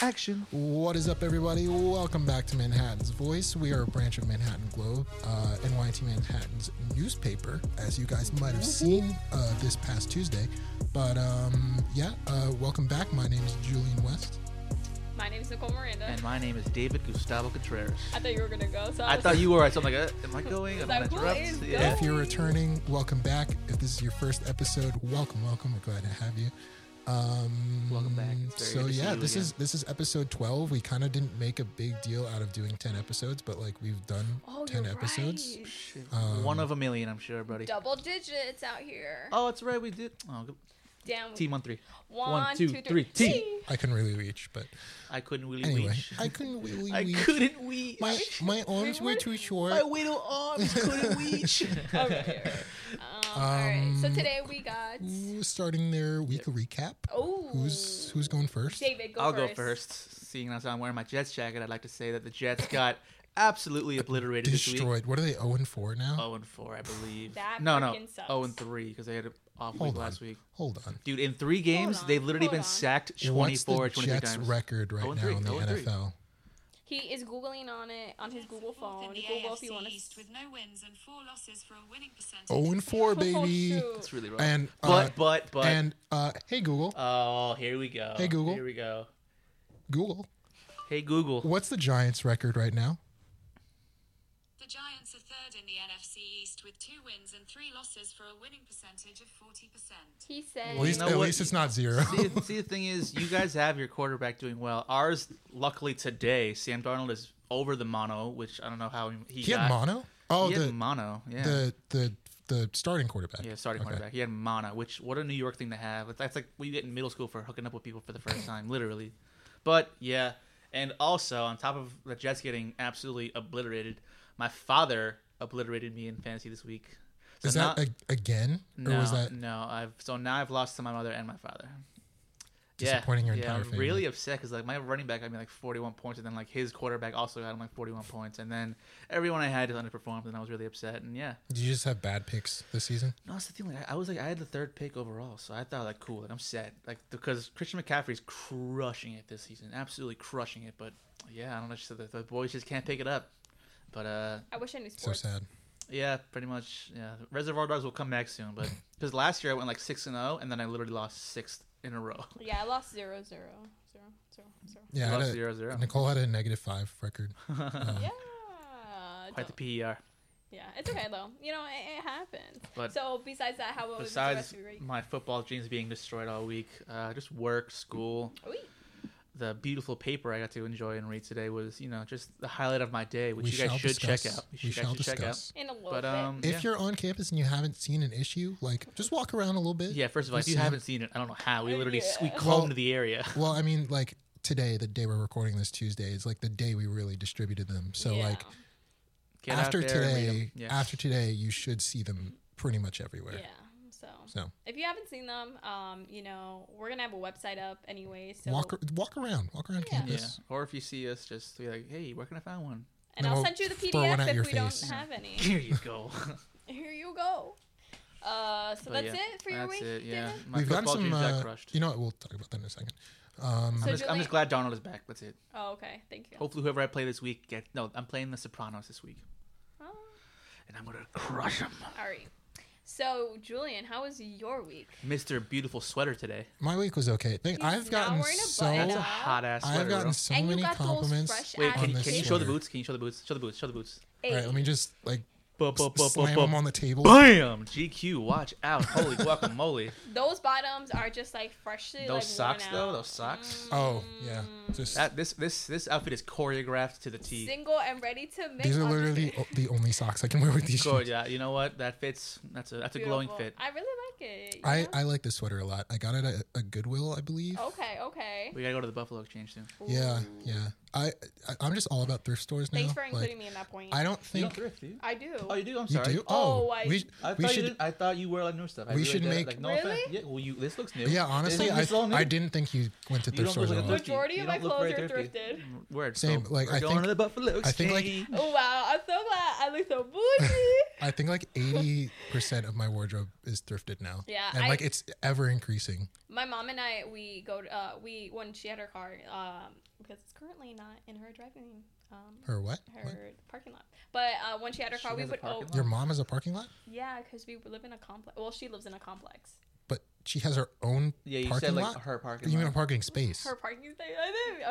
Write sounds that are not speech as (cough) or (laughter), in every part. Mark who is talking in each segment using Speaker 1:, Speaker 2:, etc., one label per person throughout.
Speaker 1: Action.
Speaker 2: What is up, everybody? Welcome back to Manhattan's Voice. We are a branch of Manhattan Globe, uh, NYT Manhattan's newspaper, as you guys might have
Speaker 1: Mm-hmm.
Speaker 2: seen uh, this past Tuesday. But um, yeah, uh, welcome back. My name is Julian West.
Speaker 3: My name is Nicole Miranda.
Speaker 1: And my name is David Gustavo Contreras.
Speaker 3: I thought you were gonna go. So
Speaker 1: I thought you were. So I'm like, uh, am I going? Am I
Speaker 3: Like, who
Speaker 1: interrupt?
Speaker 3: is
Speaker 1: Yeah.
Speaker 2: If you're returning, welcome back. If this is your first episode, welcome, welcome. We're glad to have you. Um,
Speaker 1: Welcome back. It's very
Speaker 2: so
Speaker 1: good to see
Speaker 2: yeah,
Speaker 1: you
Speaker 2: this
Speaker 1: again.
Speaker 2: is this is episode 12. We kind of didn't make a big deal out of doing 10 episodes, but like we've done
Speaker 3: Oh,
Speaker 2: 10
Speaker 3: you're
Speaker 2: episodes.
Speaker 3: right.
Speaker 1: Shit.
Speaker 2: Um,
Speaker 1: One of a million, I'm sure, buddy.
Speaker 3: Double digits out here.
Speaker 1: Oh, that's right. We did. Oh, good.
Speaker 3: Damn.
Speaker 1: team on three.
Speaker 3: One, two, three.
Speaker 1: T.
Speaker 2: I couldn't really reach, but
Speaker 1: I couldn't really
Speaker 2: anyway,
Speaker 1: reach.
Speaker 2: I couldn't
Speaker 1: (laughs)
Speaker 2: really
Speaker 1: I
Speaker 2: reach.
Speaker 1: couldn't reach.
Speaker 2: My my arms were
Speaker 3: were-
Speaker 2: too short.
Speaker 1: my little
Speaker 2: (laughs)
Speaker 1: arms couldn't
Speaker 3: (laughs)
Speaker 1: reach.
Speaker 3: Okay.
Speaker 1: (laughs)
Speaker 3: Um, all right. So
Speaker 2: Um,
Speaker 3: today we got.
Speaker 2: Ooh, Starting their week recap.
Speaker 3: Oh.
Speaker 2: Who's who's going first?
Speaker 3: David, go
Speaker 1: I'll go
Speaker 3: first.
Speaker 1: first. Seeing as I'm wearing my Jets jacket, I'd like to say that the Jets got absolutely obliterated this week. Oh,
Speaker 2: Destroyed. What are they 0 and 4 now?
Speaker 1: 0 and 4, I believe.
Speaker 3: That
Speaker 1: no, no.
Speaker 3: freaking sucks.
Speaker 1: 0 and 3 because they had an off
Speaker 2: Hold
Speaker 1: week last
Speaker 2: on.
Speaker 1: week.
Speaker 2: Hold on.
Speaker 1: Dude, in three games,
Speaker 3: on,
Speaker 1: they've literally been
Speaker 3: hold on.
Speaker 1: sacked 24
Speaker 2: What's the
Speaker 1: 23
Speaker 2: Jets
Speaker 1: times.
Speaker 2: record right
Speaker 1: 0 and
Speaker 2: now
Speaker 1: 3,
Speaker 2: in the
Speaker 1: 0 and 3.
Speaker 2: NFL?
Speaker 3: He is googling on it on his Google phone.
Speaker 4: In the
Speaker 3: Google if
Speaker 4: AFC
Speaker 3: you want to.
Speaker 4: East
Speaker 3: (laughs)
Speaker 4: with no wins and four losses for a winning percentage.
Speaker 2: 0 and 4, baby.
Speaker 3: Oh,
Speaker 1: It's
Speaker 3: shoot.
Speaker 1: really rough.
Speaker 2: And uh,
Speaker 1: but, but, but.
Speaker 2: and uh, hey Google,
Speaker 1: oh, here we go.
Speaker 2: Hey, Google.
Speaker 1: Here we go.
Speaker 2: Google,
Speaker 1: Hey, Google.
Speaker 2: what's the Giants record right now?
Speaker 4: The Giants are third in the NFC East with two wins and three losses for a winning percentage of 40%.
Speaker 3: He said.
Speaker 2: At least,
Speaker 1: know
Speaker 2: at
Speaker 1: what?
Speaker 2: least it's not zero.
Speaker 1: see, see, the thing is, you guys have your quarterback doing well. Ours, luckily today, Sam Darnold is over the mono, which I don't know how he,
Speaker 2: (laughs) he
Speaker 1: got.
Speaker 2: had mono. Oh,
Speaker 1: he
Speaker 2: the,
Speaker 1: had mono. Yeah.
Speaker 2: the the the starting quarterback.
Speaker 1: yeah, starting
Speaker 2: Okay.
Speaker 1: quarterback. He had mana, which what a New York thing to have. That's- That's like what you get in middle school for hooking up with people for the first time, literally. But yeah, and also on top of the Jets getting absolutely obliterated, my father obliterated me in fantasy this week. So
Speaker 2: Is that
Speaker 1: now-
Speaker 2: a- again, or
Speaker 1: no,
Speaker 2: was that
Speaker 1: no? I've so now I've lost to my mother and my father.
Speaker 2: Disappointing
Speaker 1: yeah,
Speaker 2: your
Speaker 1: yeah,
Speaker 2: entire
Speaker 1: I'm
Speaker 2: family.
Speaker 1: really upset because like my running back got me like 41 points, and then like his quarterback also got him like 41 points, and then everyone I had underperformed, and I was really upset. And yeah,
Speaker 2: Did you just have bad picks this season?
Speaker 1: no, that's the thing. Like, I- I was like, I had the third pick overall, so I thought like, cool, like I'm set, like because Christian McCaffrey's crushing it this season, absolutely crushing it. But yeah, I don't know, just the, the boys just can't pick it up. But uh,
Speaker 3: I wish I knew
Speaker 2: So
Speaker 3: sports.
Speaker 2: sad.
Speaker 1: yeah, pretty much. Yeah, Reservoir Dogs will come back soon,
Speaker 2: (laughs)
Speaker 1: but because last year I went like six and zero, and then I literally lost sixth in a row.
Speaker 3: Yeah, I lost zero, zero, zero, zero, zero.
Speaker 2: (laughs) Yeah, I had
Speaker 1: lost
Speaker 2: a- uh,
Speaker 1: zero (laughs) zero.
Speaker 2: Nicole had a negative five record.
Speaker 3: Yeah.
Speaker 1: Quite
Speaker 3: don't-
Speaker 1: the E PER.
Speaker 3: Yeah, it's okay though. You know, it, it happens.
Speaker 1: But-
Speaker 3: so besides that, how was the rest
Speaker 1: Besides
Speaker 3: of your week?
Speaker 1: my football dreams being destroyed all week, uh, just work, school,
Speaker 3: Ooh,
Speaker 1: the beautiful paper I got to enjoy and read today was, you know, just the highlight of my day, which
Speaker 2: we
Speaker 1: you guys
Speaker 2: shall
Speaker 1: should
Speaker 2: discuss.
Speaker 1: check out.
Speaker 2: We
Speaker 1: You should- guys
Speaker 2: shall
Speaker 1: should check out.
Speaker 2: discuss.
Speaker 3: In a little
Speaker 1: But um,
Speaker 2: If
Speaker 1: yeah.
Speaker 2: you're on campus and you haven't seen an issue, like just walk around a little bit.
Speaker 1: yeah, first of all, if
Speaker 2: You'll
Speaker 1: you
Speaker 2: see it.
Speaker 1: haven't seen it, I don't know how. We literally s we
Speaker 3: Yeah.
Speaker 1: combed
Speaker 2: Well-
Speaker 1: the area.
Speaker 2: Well, I mean, like today, the day we're recording this Tuesday is like the day we really distributed them. So
Speaker 3: Yeah.
Speaker 2: like
Speaker 1: Get out
Speaker 2: after
Speaker 1: there and read 'em.
Speaker 2: today,
Speaker 1: yeah.
Speaker 2: after today, you should see them pretty much everywhere.
Speaker 3: bit. Yeah. So
Speaker 2: So
Speaker 3: if you haven't seen them, um, you know, we're gonna have a website up anyway. So
Speaker 2: walk walk around, walk around
Speaker 1: yeah.
Speaker 3: Yeah.
Speaker 2: campus.
Speaker 1: Or if you see us, just be like, hey, where can I find one? (laughs)
Speaker 3: and
Speaker 2: No,
Speaker 3: I'll send you the
Speaker 2: throw one
Speaker 3: PDF
Speaker 2: at
Speaker 3: if
Speaker 2: your
Speaker 3: we
Speaker 2: face.
Speaker 3: don't have any.
Speaker 1: Here you
Speaker 3: (laughs)
Speaker 1: go.
Speaker 3: Here you go. Uh, so
Speaker 1: But
Speaker 3: that's
Speaker 1: yeah,
Speaker 3: it for your
Speaker 1: that's
Speaker 3: week.
Speaker 1: it, Yeah,
Speaker 3: David?
Speaker 1: my
Speaker 2: We've gotten
Speaker 1: football
Speaker 2: some.
Speaker 1: dreams got
Speaker 2: Uh,
Speaker 1: crushed.
Speaker 2: you know what? We'll talk about that in a second. Um,
Speaker 3: So
Speaker 1: I'm, just, I'm
Speaker 3: Julie-
Speaker 1: just glad Donald is back. That's it.
Speaker 3: Oh, okay. Thank you.
Speaker 1: Hopefully, whoever I play this week get. No, I'm playing The Sopranos this week,
Speaker 3: Oh,
Speaker 1: and I'm gonna crush him.
Speaker 3: all right. So Julian, how was your week?
Speaker 1: Mister Beautiful Sweater today.
Speaker 2: my week was okay. They-
Speaker 3: He's
Speaker 2: I've
Speaker 3: now
Speaker 2: gotten
Speaker 3: wearing a
Speaker 2: so
Speaker 3: button
Speaker 1: That's a
Speaker 3: up.
Speaker 2: I've
Speaker 1: hot ass sweater. bro.
Speaker 2: Oh. gotten so
Speaker 3: And you
Speaker 2: many
Speaker 3: got those
Speaker 2: compliments.
Speaker 3: fresh
Speaker 1: Wait,
Speaker 3: on
Speaker 1: can,
Speaker 2: this
Speaker 1: can you show the
Speaker 2: sweater.
Speaker 1: boots? Can you show the boots? Show the boots. Show the boots.
Speaker 2: All right, let me just like
Speaker 1: Bu- bu- bu- bu-
Speaker 2: slam
Speaker 1: bu-
Speaker 2: them on the table.
Speaker 1: Bam! GQ, watch out!
Speaker 2: (laughs)
Speaker 1: Holy guacamole!
Speaker 3: Those bottoms are just like freshly
Speaker 1: Those
Speaker 3: like,
Speaker 1: socks
Speaker 3: worn
Speaker 1: though,
Speaker 3: out. Mm.
Speaker 1: those socks.
Speaker 2: Oh yeah, just
Speaker 1: That this this this outfit is choreographed to the T.
Speaker 3: single and ready to mix.
Speaker 2: these are
Speaker 3: on the-
Speaker 2: literally oh, o- the only socks I can wear with these
Speaker 1: Go,
Speaker 2: shoes.
Speaker 1: yeah, you know what? That fits. That's a that's a glowing
Speaker 3: Beautiful.
Speaker 1: fit.
Speaker 3: I really like it. you
Speaker 2: I,
Speaker 3: know?
Speaker 2: I like this sweater a lot. I got it at a Goodwill, I believe.
Speaker 3: okay, okay.
Speaker 1: We gotta go to the Buffalo Exchange soon.
Speaker 2: Yeah,
Speaker 3: Ooh.
Speaker 2: yeah. I, I I'm just all about thrift stores now.
Speaker 3: Thanks for
Speaker 2: Like,
Speaker 3: including me in that point.
Speaker 2: I don't think
Speaker 1: thrift, do you?
Speaker 3: I do.
Speaker 1: Oh, you do. I'm
Speaker 2: you
Speaker 1: sorry.
Speaker 2: do.
Speaker 3: Oh,
Speaker 2: Oh,
Speaker 3: I-
Speaker 2: we,
Speaker 1: I
Speaker 2: we
Speaker 1: thought you
Speaker 2: should.
Speaker 1: didn't, I thought you wear like new stuff. I
Speaker 2: we
Speaker 1: really
Speaker 2: should
Speaker 1: did.
Speaker 2: make-
Speaker 1: Like, no
Speaker 3: Really?
Speaker 1: offense. Yeah. Well, you. This looks new.
Speaker 2: Yeah, honestly, I,
Speaker 1: This looks all new.
Speaker 2: I didn't think you went to
Speaker 1: You
Speaker 2: thrift
Speaker 1: don't look
Speaker 2: stores
Speaker 1: like
Speaker 2: at
Speaker 1: a
Speaker 2: all.
Speaker 1: thrift-
Speaker 3: Majority
Speaker 1: you
Speaker 3: of my
Speaker 1: don't look very
Speaker 3: clothes are
Speaker 1: thrifty. (laughs)
Speaker 3: thrifted.
Speaker 1: Word.
Speaker 2: Same,
Speaker 1: So
Speaker 2: like,
Speaker 1: we're
Speaker 2: I
Speaker 1: going
Speaker 2: think-
Speaker 1: to the Buffalo
Speaker 2: I
Speaker 1: Exchange.
Speaker 2: think, like-
Speaker 3: Oh wow, I'm so glad I look so bougie.
Speaker 2: I think like eighty percent of my wardrobe is thrifted now.
Speaker 3: Yeah,
Speaker 2: and
Speaker 3: I-
Speaker 2: like it's ever increasing.
Speaker 3: (laughs) my mom and I we go to, uh, we when she had her car um, because it's currently not in her driving um, her,
Speaker 2: Her what? what?
Speaker 3: parking lot. But uh, when she had her
Speaker 1: She
Speaker 3: car, we
Speaker 1: has a
Speaker 3: would oh
Speaker 1: parking lot?
Speaker 2: Your mom has a parking lot,
Speaker 3: yeah because we live in a complex. Well, she lives in a complex.
Speaker 2: but she has her own
Speaker 1: Yeah, you
Speaker 2: parking
Speaker 1: said like
Speaker 2: lot.
Speaker 1: her parking
Speaker 2: you
Speaker 1: lot.
Speaker 2: mean a parking space?
Speaker 3: Her parking space.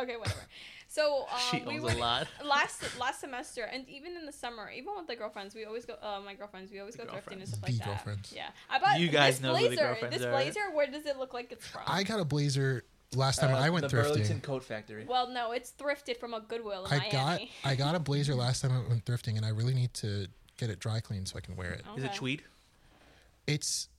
Speaker 3: Okay, whatever. So um,
Speaker 1: (laughs) she
Speaker 3: we
Speaker 1: owns
Speaker 3: would,
Speaker 1: a lot.
Speaker 3: last last semester and even in the summer even with the girlfriends we always go uh, my girlfriends we always
Speaker 1: The
Speaker 3: go thrifting and
Speaker 1: girlfriends.
Speaker 3: stuff like
Speaker 2: The
Speaker 3: that
Speaker 2: girlfriends.
Speaker 3: yeah i bought
Speaker 1: You guys
Speaker 3: this
Speaker 1: know who
Speaker 3: blazer
Speaker 1: the girlfriends
Speaker 3: this
Speaker 1: are.
Speaker 3: blazer where does it look like it's from
Speaker 2: I got a blazer last time
Speaker 1: Uh,
Speaker 2: I went
Speaker 1: the
Speaker 2: thrifting.
Speaker 1: Burlington Coat Factory.
Speaker 3: well no it's thrifted from a goodwill in
Speaker 2: I
Speaker 3: miami
Speaker 2: got I got a blazer last time I went thrifting, and I really need to get it dry cleaned so I can wear it.
Speaker 1: Is it
Speaker 3: Okay.
Speaker 1: tweed?
Speaker 2: It's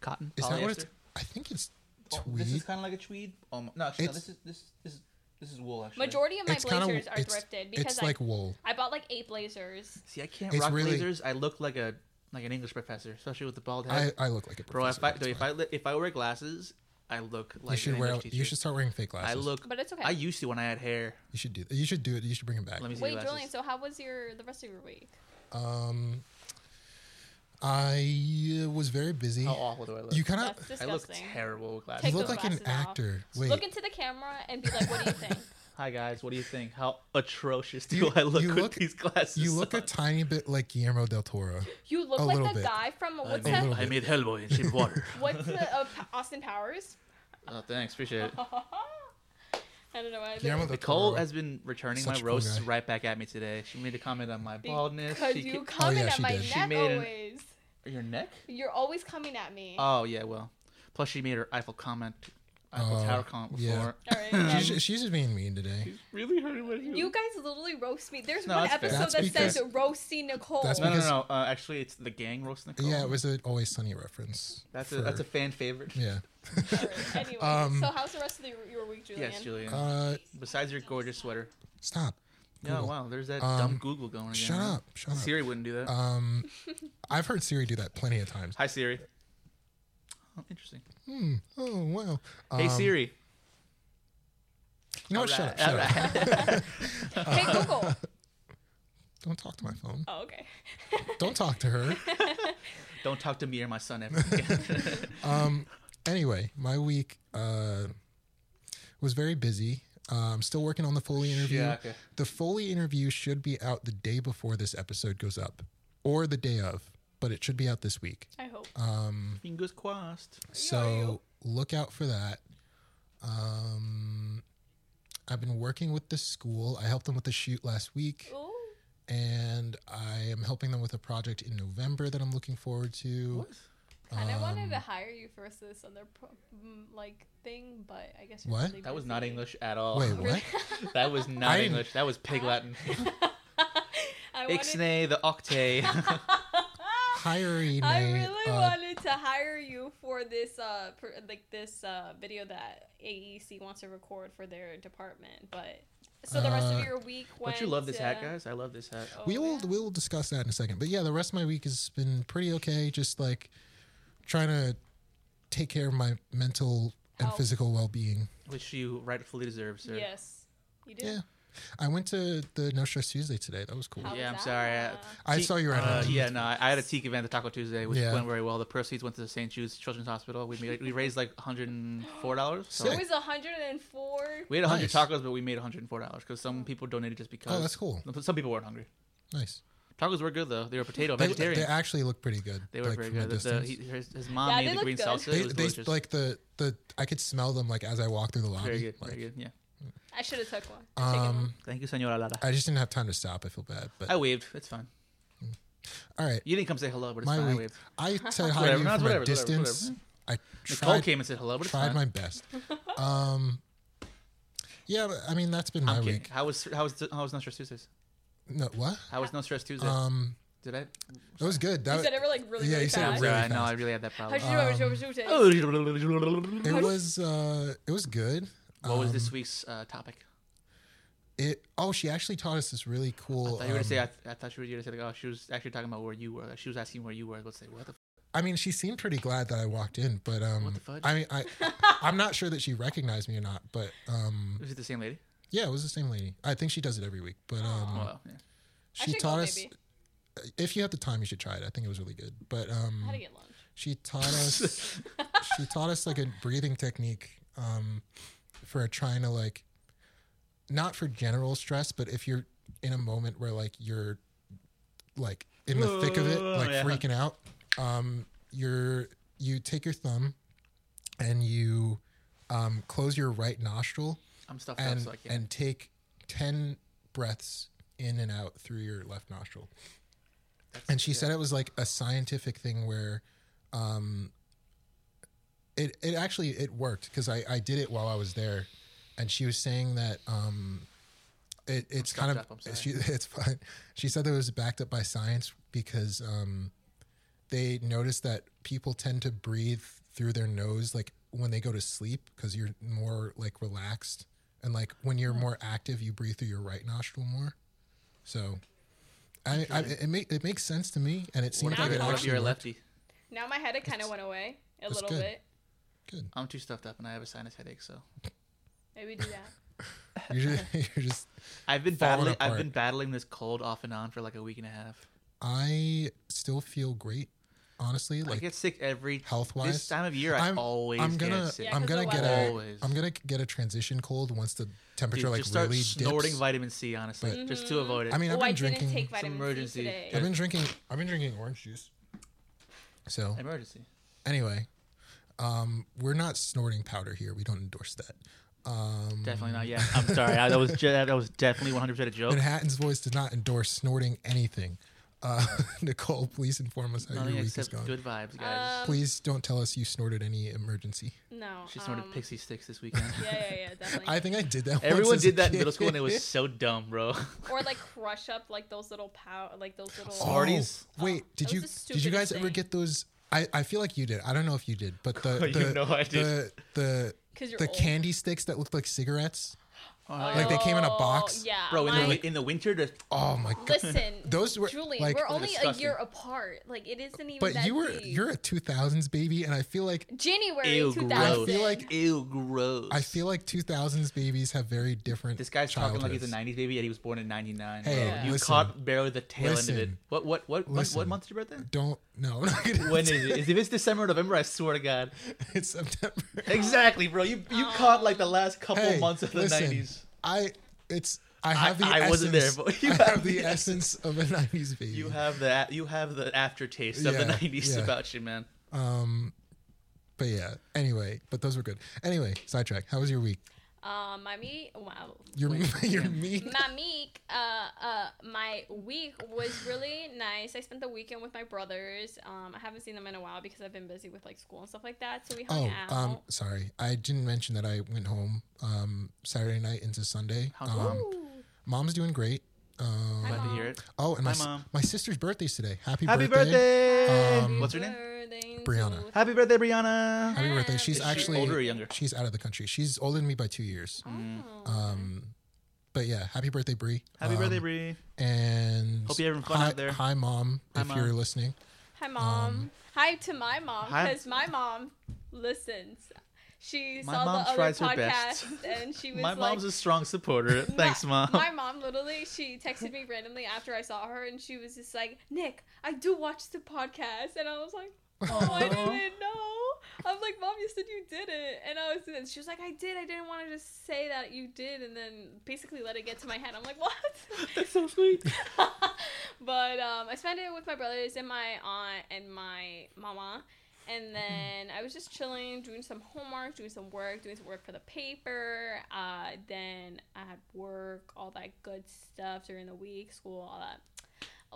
Speaker 1: Cotton?
Speaker 2: is that what it's?
Speaker 1: Polyester?
Speaker 2: I think it's
Speaker 1: Oh,
Speaker 2: tweed.
Speaker 1: This is kind of like a tweed. Um, no, actually, no,
Speaker 2: It's-
Speaker 1: this is this this is this is wool. Actually,
Speaker 3: majority of my
Speaker 2: it's kinda-
Speaker 3: blazers are
Speaker 2: it's-
Speaker 3: thrifted because
Speaker 2: it's
Speaker 3: I,
Speaker 2: like wool.
Speaker 3: I bought like eight blazers
Speaker 1: See, I can't
Speaker 2: It's
Speaker 1: rock
Speaker 2: really-
Speaker 1: blazers. I look like a like an English professor, especially with the bald
Speaker 2: I,
Speaker 1: head.
Speaker 2: I look like a
Speaker 1: Bro, if
Speaker 2: professor,
Speaker 1: I
Speaker 2: that's
Speaker 1: dude, if
Speaker 2: why.
Speaker 1: I li- if I wear glasses, I look like
Speaker 2: you should
Speaker 1: an
Speaker 2: wear
Speaker 1: English teacher.
Speaker 2: you should start wearing fake glasses.
Speaker 1: I look.
Speaker 3: But it's okay.
Speaker 1: I used to when I had hair.
Speaker 2: You should do. You should do it. You should bring them back.
Speaker 1: Let me see
Speaker 3: wait
Speaker 1: glasses.
Speaker 3: julian so how was your the rest of your week
Speaker 2: Um, I uh, was very busy.
Speaker 1: How awful do I look?
Speaker 2: You kind
Speaker 3: that's
Speaker 2: of
Speaker 1: I look
Speaker 3: disgusting
Speaker 1: terrible with glasses.
Speaker 2: you
Speaker 3: Take
Speaker 2: look
Speaker 3: those
Speaker 2: like an
Speaker 3: glasses off.
Speaker 2: actor. Wait,
Speaker 3: look into the camera and be like what
Speaker 2: (laughs)
Speaker 3: do you think
Speaker 1: Hi guys, what do you think? How atrocious do
Speaker 2: You-
Speaker 1: I look
Speaker 2: you
Speaker 1: with
Speaker 2: look-
Speaker 1: these glasses?
Speaker 2: you look
Speaker 1: on?
Speaker 2: a tiny bit like Guillermo del Toro.
Speaker 3: you look
Speaker 2: A
Speaker 3: like
Speaker 2: little
Speaker 3: the
Speaker 2: bit.
Speaker 3: guy from
Speaker 1: I
Speaker 3: what's
Speaker 1: made,
Speaker 2: little
Speaker 3: that
Speaker 1: I
Speaker 2: bit.
Speaker 1: made Hellboy in shape of
Speaker 2: (laughs)
Speaker 1: water.
Speaker 3: what's
Speaker 1: (laughs)
Speaker 3: the uh, Pa- austin powers
Speaker 1: oh, thanks, appreciate it.
Speaker 3: (laughs) I don't know why.
Speaker 2: Guillermo del
Speaker 1: Nicole
Speaker 2: Toro.
Speaker 1: has been returning
Speaker 2: Such a
Speaker 1: my
Speaker 2: cool
Speaker 1: roasts
Speaker 2: guy.
Speaker 1: right back at me today. She made a comment on my baldness.
Speaker 3: Because
Speaker 1: She
Speaker 3: you
Speaker 1: ca-
Speaker 3: comment
Speaker 2: Oh, yeah,
Speaker 3: at
Speaker 2: she
Speaker 3: my
Speaker 2: did.
Speaker 3: neck
Speaker 2: She
Speaker 1: made an-
Speaker 3: always.
Speaker 1: your neck?
Speaker 3: You're always coming at me.
Speaker 1: Oh yeah, well. Plus she made her Eiffel comment, Eiffel
Speaker 2: Oh,
Speaker 1: Tower comment
Speaker 2: yeah.
Speaker 1: before.
Speaker 2: (laughs)
Speaker 3: All right, yeah.
Speaker 1: um,
Speaker 2: She's, she's just being mean today.
Speaker 1: She's really hurting my
Speaker 3: you guys literally roast me. There's
Speaker 1: No,
Speaker 3: one
Speaker 1: that's fair.
Speaker 3: episode
Speaker 2: That's
Speaker 3: that
Speaker 2: because-
Speaker 3: says roasting Nicole. (laughs)
Speaker 2: that's
Speaker 1: No, no,
Speaker 2: because-
Speaker 1: no. Uh, actually, it's the gang roast Nicole.
Speaker 2: Yeah, it was an always sunny reference.
Speaker 1: That's a
Speaker 2: for-
Speaker 1: that's a fan favorite.
Speaker 2: yeah.
Speaker 3: All right, anyway,
Speaker 2: Um,
Speaker 3: so how's the rest of the, your week, Julian?
Speaker 1: Yes, Julian.
Speaker 2: Uh,
Speaker 1: Besides your gorgeous sweater. Oh,
Speaker 2: stop.
Speaker 1: Yeah,
Speaker 2: Google.
Speaker 1: wow. There's that
Speaker 2: Um,
Speaker 1: dumb Google going again.
Speaker 2: Shut
Speaker 1: huh?
Speaker 2: up. Shut up.
Speaker 1: Siri wouldn't do that.
Speaker 3: (laughs)
Speaker 2: Um, I've heard Siri do that plenty of times.
Speaker 1: Hi Siri. Oh, interesting.
Speaker 2: Hmm. Oh wow. Um,
Speaker 1: hey Siri.
Speaker 2: You know what? Shut up.
Speaker 1: Alright,
Speaker 2: Shut up.
Speaker 1: alright.
Speaker 3: Hey Google.
Speaker 2: (laughs) Don't talk to my phone.
Speaker 3: Oh, okay.
Speaker 2: Don't talk to
Speaker 3: (laughs)
Speaker 2: her.
Speaker 1: (laughs) Don't talk to me or my son ever again.
Speaker 2: (laughs) Um. Anyway, my week uh was very busy. Uh, I'm still working on the Foley interview.
Speaker 1: Yeah, okay.
Speaker 2: The Foley interview should be out the day before this episode goes up, or the day of, but it should be out this week.
Speaker 3: I
Speaker 1: (laughs)
Speaker 3: hope.
Speaker 2: Um.
Speaker 1: Fingers crossed.
Speaker 2: So look out for that. Um, I've been working with the school. I helped them with the shoot last week,
Speaker 3: Ooh,
Speaker 2: and I am helping them with a project in November that I'm looking forward to.
Speaker 1: What?
Speaker 3: kind of wanted to
Speaker 2: Um,
Speaker 3: hire you for this other pro- mm, like thing, but I guess you're
Speaker 2: What?
Speaker 3: really
Speaker 1: That was
Speaker 3: busy.
Speaker 1: not English at all.
Speaker 2: Wait, what?
Speaker 1: That was
Speaker 2: I
Speaker 1: not
Speaker 2: didn't-
Speaker 1: English. That was pig Latin.
Speaker 3: (laughs) I wanted
Speaker 1: (laughs) Ixnay the
Speaker 3: (laughs)
Speaker 1: octay.
Speaker 2: Hirey
Speaker 3: I
Speaker 2: nay,
Speaker 3: really
Speaker 2: uh,
Speaker 3: wanted to hire you for this, uh, per, like this uh, video that AEC wants to record for their department. But so the rest
Speaker 2: Uh,
Speaker 3: of your week
Speaker 1: (laughs)
Speaker 3: went.
Speaker 1: Don't you love this hat,
Speaker 3: to-
Speaker 1: guys? I love this hat.
Speaker 3: Oh,
Speaker 2: We will
Speaker 3: yeah.
Speaker 2: we'll discuss that in a second. But yeah, the rest of my week has been pretty okay. Just like trying to take care of my mental
Speaker 1: Oh.
Speaker 2: and
Speaker 3: Health.
Speaker 2: physical well being.
Speaker 1: Which you rightfully deserve, sir.
Speaker 3: Yes, you did.
Speaker 2: Yeah. I went to the No Stress Tuesday today. That was cool.
Speaker 3: How
Speaker 1: Yeah, I'm
Speaker 3: was
Speaker 1: sorry. I,
Speaker 3: that?
Speaker 2: I saw you right
Speaker 1: uh,
Speaker 2: now.
Speaker 1: Yeah, no, I I had a teak event at Taco Tuesday, which
Speaker 2: Yeah.
Speaker 1: went very well. The proceeds went to the St. Jude's Children's Hospital. We made, we raised like 104 dollars.
Speaker 2: Sick.
Speaker 3: It was 104.
Speaker 1: we had 100
Speaker 2: Nice.
Speaker 1: tacos, but we made 104 dollars because some people donated just because.
Speaker 2: Oh, that's cool.
Speaker 1: Some people weren't hungry.
Speaker 2: Nice.
Speaker 1: Tacos were good though. They were potato
Speaker 2: They,
Speaker 1: vegetarian.
Speaker 2: they actually look pretty good.
Speaker 1: They were
Speaker 2: like,
Speaker 1: very
Speaker 2: from a
Speaker 1: good. The, the,
Speaker 2: distance.
Speaker 1: he, his, his mom
Speaker 3: Yeah, they
Speaker 1: made the
Speaker 3: look
Speaker 1: green
Speaker 3: good.
Speaker 1: salsa.
Speaker 2: they,
Speaker 1: it was
Speaker 2: they-
Speaker 1: delicious.
Speaker 2: like the the I could smell them like as I walked through the lobby.
Speaker 1: very good, very
Speaker 2: Like,
Speaker 1: good. Yeah.
Speaker 3: I should have took one. A chicken
Speaker 2: Um,
Speaker 3: one.
Speaker 1: Thank you, Senora Lara.
Speaker 2: I just didn't have time to stop. I feel bad, but
Speaker 1: I waved. It's fine.
Speaker 2: all right.
Speaker 1: You didn't come say hello, but it's
Speaker 2: My
Speaker 1: fine. I
Speaker 2: week.
Speaker 1: waved.
Speaker 2: I said hi
Speaker 1: Whatever,
Speaker 2: to you
Speaker 1: no,
Speaker 2: from
Speaker 1: it's whatever,
Speaker 2: a
Speaker 1: it's whatever,
Speaker 2: distance. I
Speaker 1: Nicole
Speaker 2: tried,
Speaker 1: came and said hello, but it's
Speaker 2: tried
Speaker 1: fine.
Speaker 2: my best.
Speaker 1: (laughs)
Speaker 2: Um, yeah, but, I mean that's been my
Speaker 1: I'm kidding.
Speaker 2: week.
Speaker 1: How was how was how was No Stress Tuesdays?
Speaker 2: No, what?
Speaker 1: How was No Stress Tuesday?
Speaker 2: Uh, Um,
Speaker 1: Did I?
Speaker 2: it was good. That
Speaker 3: you said it like really,
Speaker 2: yeah,
Speaker 3: really
Speaker 2: you said it
Speaker 1: I'm
Speaker 3: fast. Um,
Speaker 1: sorry.
Speaker 2: really
Speaker 1: I know.
Speaker 2: fast.
Speaker 1: I really had that problem.
Speaker 3: How'd you do it?
Speaker 1: Oh,
Speaker 2: it was uh, it was good.
Speaker 1: what was
Speaker 2: Um,
Speaker 1: this week's uh, topic?
Speaker 2: It oh, she actually taught us this really
Speaker 1: I
Speaker 2: cool.
Speaker 1: thought you were gonna say.
Speaker 2: um,
Speaker 1: I, I thought you were gonna say like, oh, she was actually talking about where you were. Like, she was asking where you were. Let's say what the. F-?
Speaker 2: I mean, she seemed pretty glad that I walked in, but um,
Speaker 1: What the fudge?
Speaker 2: I mean,
Speaker 1: (laughs)
Speaker 2: I, I'm not sure that she recognized me or not, but um,
Speaker 1: Was it the same lady?
Speaker 2: yeah, it was the same lady. I think she does it every week, but
Speaker 1: Oh,
Speaker 2: um,
Speaker 1: well,
Speaker 2: (laughs)
Speaker 1: yeah.
Speaker 3: I
Speaker 2: she
Speaker 3: should go,
Speaker 2: taught us.
Speaker 3: maybe.
Speaker 2: If you have the time, you should try it. I think it was really good, but um,
Speaker 3: I had to get lunch.
Speaker 1: (laughs)
Speaker 2: She taught us. she taught us like a breathing technique um, for trying to like, not for general stress, but if you're in a moment where like you're, like in the thick of it, like
Speaker 1: Yeah.
Speaker 2: freaking out, um, you're you take your thumb, and you, um, close your right nostril
Speaker 1: I'm stuffed
Speaker 2: and
Speaker 1: up, so I can't.
Speaker 2: and take ten breaths in and out through your left nostril. and she said it was like a scientific thing where, um, it it actually it worked because I I did it while I was there, and she was saying that um. It, it's
Speaker 1: stuffed
Speaker 2: kind of
Speaker 1: up, I'm sorry.
Speaker 2: (laughs) she, it's fine. She said that it was backed up by science because um, they noticed that people tend to breathe through their nose like when they go to sleep because you're more like relaxed and like when you're more active you breathe through your right nostril more so I, I it, make, it makes sense to me and it seems
Speaker 1: what
Speaker 2: like
Speaker 1: if,
Speaker 2: it
Speaker 1: you're- what if
Speaker 2: actually
Speaker 1: you're a
Speaker 2: worked.
Speaker 1: lefty?
Speaker 3: Now my headache kind of went away a
Speaker 2: that's
Speaker 3: little
Speaker 2: good.
Speaker 3: bit.
Speaker 2: good
Speaker 1: I'm too stuffed up and I have a sinus headache, so
Speaker 3: Maybe do that. Oh,
Speaker 2: (laughs) you're just, you're just
Speaker 1: (laughs) I've been
Speaker 2: Falling
Speaker 1: battling. I've
Speaker 2: apart.
Speaker 1: been battling this cold off and on for like a week and a half.
Speaker 2: i still feel great honestly
Speaker 1: I
Speaker 2: like
Speaker 1: get sick every
Speaker 2: health-wise,
Speaker 1: This time of year, I
Speaker 2: I'm-
Speaker 1: always
Speaker 2: i'm gonna
Speaker 1: get sick.
Speaker 3: Yeah,
Speaker 2: i'm
Speaker 3: 'cause
Speaker 2: gonna
Speaker 3: the
Speaker 2: get
Speaker 3: weather.
Speaker 2: a
Speaker 1: Always.
Speaker 2: am gonna get a transition cold once the
Speaker 1: Dude,
Speaker 2: temperature
Speaker 1: just
Speaker 2: like
Speaker 1: start
Speaker 2: really
Speaker 1: snorting
Speaker 2: dips.
Speaker 1: vitamin C, honestly, just to avoid it.
Speaker 2: i mean
Speaker 3: oh,
Speaker 2: i've
Speaker 3: I
Speaker 2: been drinking
Speaker 3: didn't take vitamin
Speaker 1: emergency.
Speaker 3: C today.
Speaker 1: Yeah.
Speaker 2: i've been drinking i've been drinking orange juice so
Speaker 1: emergency.
Speaker 2: anyway um we're not snorting powder here we don't endorse that um
Speaker 1: Definitely not. Yeah, I'm sorry. I, that was ju- that was definitely 100 percent a joke.
Speaker 2: manhattan's voice did not endorse snorting anything uh (laughs) nicole please inform us how
Speaker 1: Nothing
Speaker 2: your week is
Speaker 1: except
Speaker 2: going
Speaker 1: good vibes, guys.
Speaker 3: Um,
Speaker 2: please don't tell us you snorted any emergency
Speaker 3: No.
Speaker 1: she snorted
Speaker 3: um,
Speaker 1: pixie sticks this weekend.
Speaker 3: Yeah, yeah, yeah, definitely.
Speaker 2: i think i did that (laughs) once
Speaker 1: Everyone
Speaker 2: as a
Speaker 1: did that in
Speaker 2: kid.
Speaker 1: middle school, and it was so dumb,
Speaker 2: (laughs)
Speaker 1: bro.
Speaker 3: or like crush up like those little pow, like those little.
Speaker 1: (laughs)
Speaker 2: Oh,
Speaker 1: Smarties.
Speaker 2: wait did
Speaker 3: That
Speaker 2: you
Speaker 3: was the
Speaker 2: did you guys
Speaker 3: stupidest
Speaker 2: ever
Speaker 3: thing.
Speaker 2: get those I, I feel like you did. I don't know if you did, but
Speaker 1: (laughs)
Speaker 2: the
Speaker 1: You
Speaker 2: the
Speaker 1: know I
Speaker 2: the
Speaker 1: did.
Speaker 2: the,
Speaker 3: 'Cause you're
Speaker 2: the
Speaker 3: old.
Speaker 2: candy sticks that looked like cigarettes. uh, Like
Speaker 1: Oh,
Speaker 2: they came in a
Speaker 3: Oh,
Speaker 2: box.
Speaker 3: Yeah,
Speaker 1: bro, in the,
Speaker 3: my-
Speaker 1: wi- in the winter, the,
Speaker 2: Oh my god.
Speaker 3: listen,
Speaker 2: (laughs) Those were,
Speaker 3: Julian.
Speaker 2: like-
Speaker 3: we're only a
Speaker 1: Disgusting.
Speaker 3: year apart. Like it isn't even.
Speaker 2: But
Speaker 3: that
Speaker 2: you were
Speaker 3: deep.
Speaker 2: you're a 2000s baby and I feel like
Speaker 3: January
Speaker 1: ew,
Speaker 3: 2000.
Speaker 1: gross.
Speaker 2: I feel like-
Speaker 1: ew, gross.
Speaker 2: I feel like 2000s babies have very different.
Speaker 1: This guy's talking like he's a
Speaker 2: childhoods.
Speaker 1: 90s baby, yet he was born in 99.
Speaker 2: Hey,
Speaker 1: bro. you
Speaker 2: listen.
Speaker 1: caught barely the tail end of it.
Speaker 2: Listen.
Speaker 1: What what what what,
Speaker 2: Listen.
Speaker 1: what month is your birthday?
Speaker 2: Don't no. I'm not gonna
Speaker 1: When is it? If it's December or November, I swear to God.
Speaker 2: it's September.
Speaker 1: Exactly, bro. You you caught like the last couple
Speaker 2: Hey,
Speaker 1: months of the
Speaker 2: listen,
Speaker 1: 90s.
Speaker 2: I it's I have the
Speaker 1: I
Speaker 2: essence.
Speaker 1: wasn't there, but you
Speaker 2: I have,
Speaker 1: have
Speaker 2: the,
Speaker 1: the
Speaker 2: essence of a 90s baby.
Speaker 1: You have the you have the aftertaste of the
Speaker 2: Yeah,
Speaker 1: 90s
Speaker 2: yeah.
Speaker 1: about you, man.
Speaker 2: but yeah. Anyway, but those were good. Anyway, sidetrack. How was your week?
Speaker 3: Um, my meek, wow,
Speaker 2: Your (laughs) your
Speaker 1: damn.
Speaker 2: meat.
Speaker 3: my meek. Uh, uh, my week was really nice. I spent the weekend with my brothers. Um, I haven't seen them in a while because I've been busy with like school and stuff like that. So we hung
Speaker 2: Oh,
Speaker 3: out.
Speaker 2: um, sorry. I didn't mention that I went home um Saturday night into Sunday.
Speaker 1: How's
Speaker 2: Um,
Speaker 1: mom?
Speaker 3: Ooh.
Speaker 2: mom's doing great. Um,
Speaker 1: Glad to
Speaker 3: Mom.
Speaker 1: hear it.
Speaker 2: oh, and my
Speaker 1: Hi,
Speaker 2: s-
Speaker 1: Mom.
Speaker 2: my sister's birthday's today. Happy,
Speaker 1: Happy
Speaker 2: birthday.
Speaker 1: birthday!
Speaker 2: Um,
Speaker 1: What's her name?
Speaker 3: Birthday to-
Speaker 2: Brianna.
Speaker 1: Happy birthday, Brianna.
Speaker 2: Happy birthday. She's
Speaker 1: Is she
Speaker 2: actually
Speaker 1: older or younger?
Speaker 2: She's out of the country. She's older than me by two years.
Speaker 3: Oh.
Speaker 2: Um, but yeah, happy birthday, Brie.
Speaker 1: Happy
Speaker 2: Um,
Speaker 1: birthday, Brie.
Speaker 2: And
Speaker 1: Hope you're having fun
Speaker 2: hi,
Speaker 1: out there.
Speaker 2: Hi, mom,
Speaker 1: Hi,
Speaker 2: if
Speaker 1: Mom.
Speaker 2: you're listening.
Speaker 3: Hi, mom. Hi to my mom
Speaker 1: Um, Hi.
Speaker 3: because my mom listens. She
Speaker 1: My
Speaker 3: saw
Speaker 1: mom
Speaker 3: the
Speaker 1: tries her
Speaker 3: other
Speaker 1: best.
Speaker 3: podcast and
Speaker 1: (laughs)
Speaker 3: she was
Speaker 1: My
Speaker 3: like,
Speaker 1: mom's a strong supporter. Thanks,
Speaker 3: (laughs) My-
Speaker 1: mom.
Speaker 3: My mom literally she texted me randomly after I saw her and she was just like, "Nick, I do watch the podcast." And I was like, "Oh, I
Speaker 1: Uh-huh.
Speaker 3: didn't know." I was like, "Mom, you said you did it." And I was and she was like, "I did. I didn't want to just say that you did and then basically let it get to my head." I'm like, "What?"
Speaker 1: (laughs) That's so sweet.
Speaker 3: but um, I spent it with my brothers and my aunt and my mama.
Speaker 2: Mm-hmm.
Speaker 3: And then I was just chilling, doing some homework, doing some work, doing some work for the paper. Uh, then I had work, all that good stuff during the week, school, all that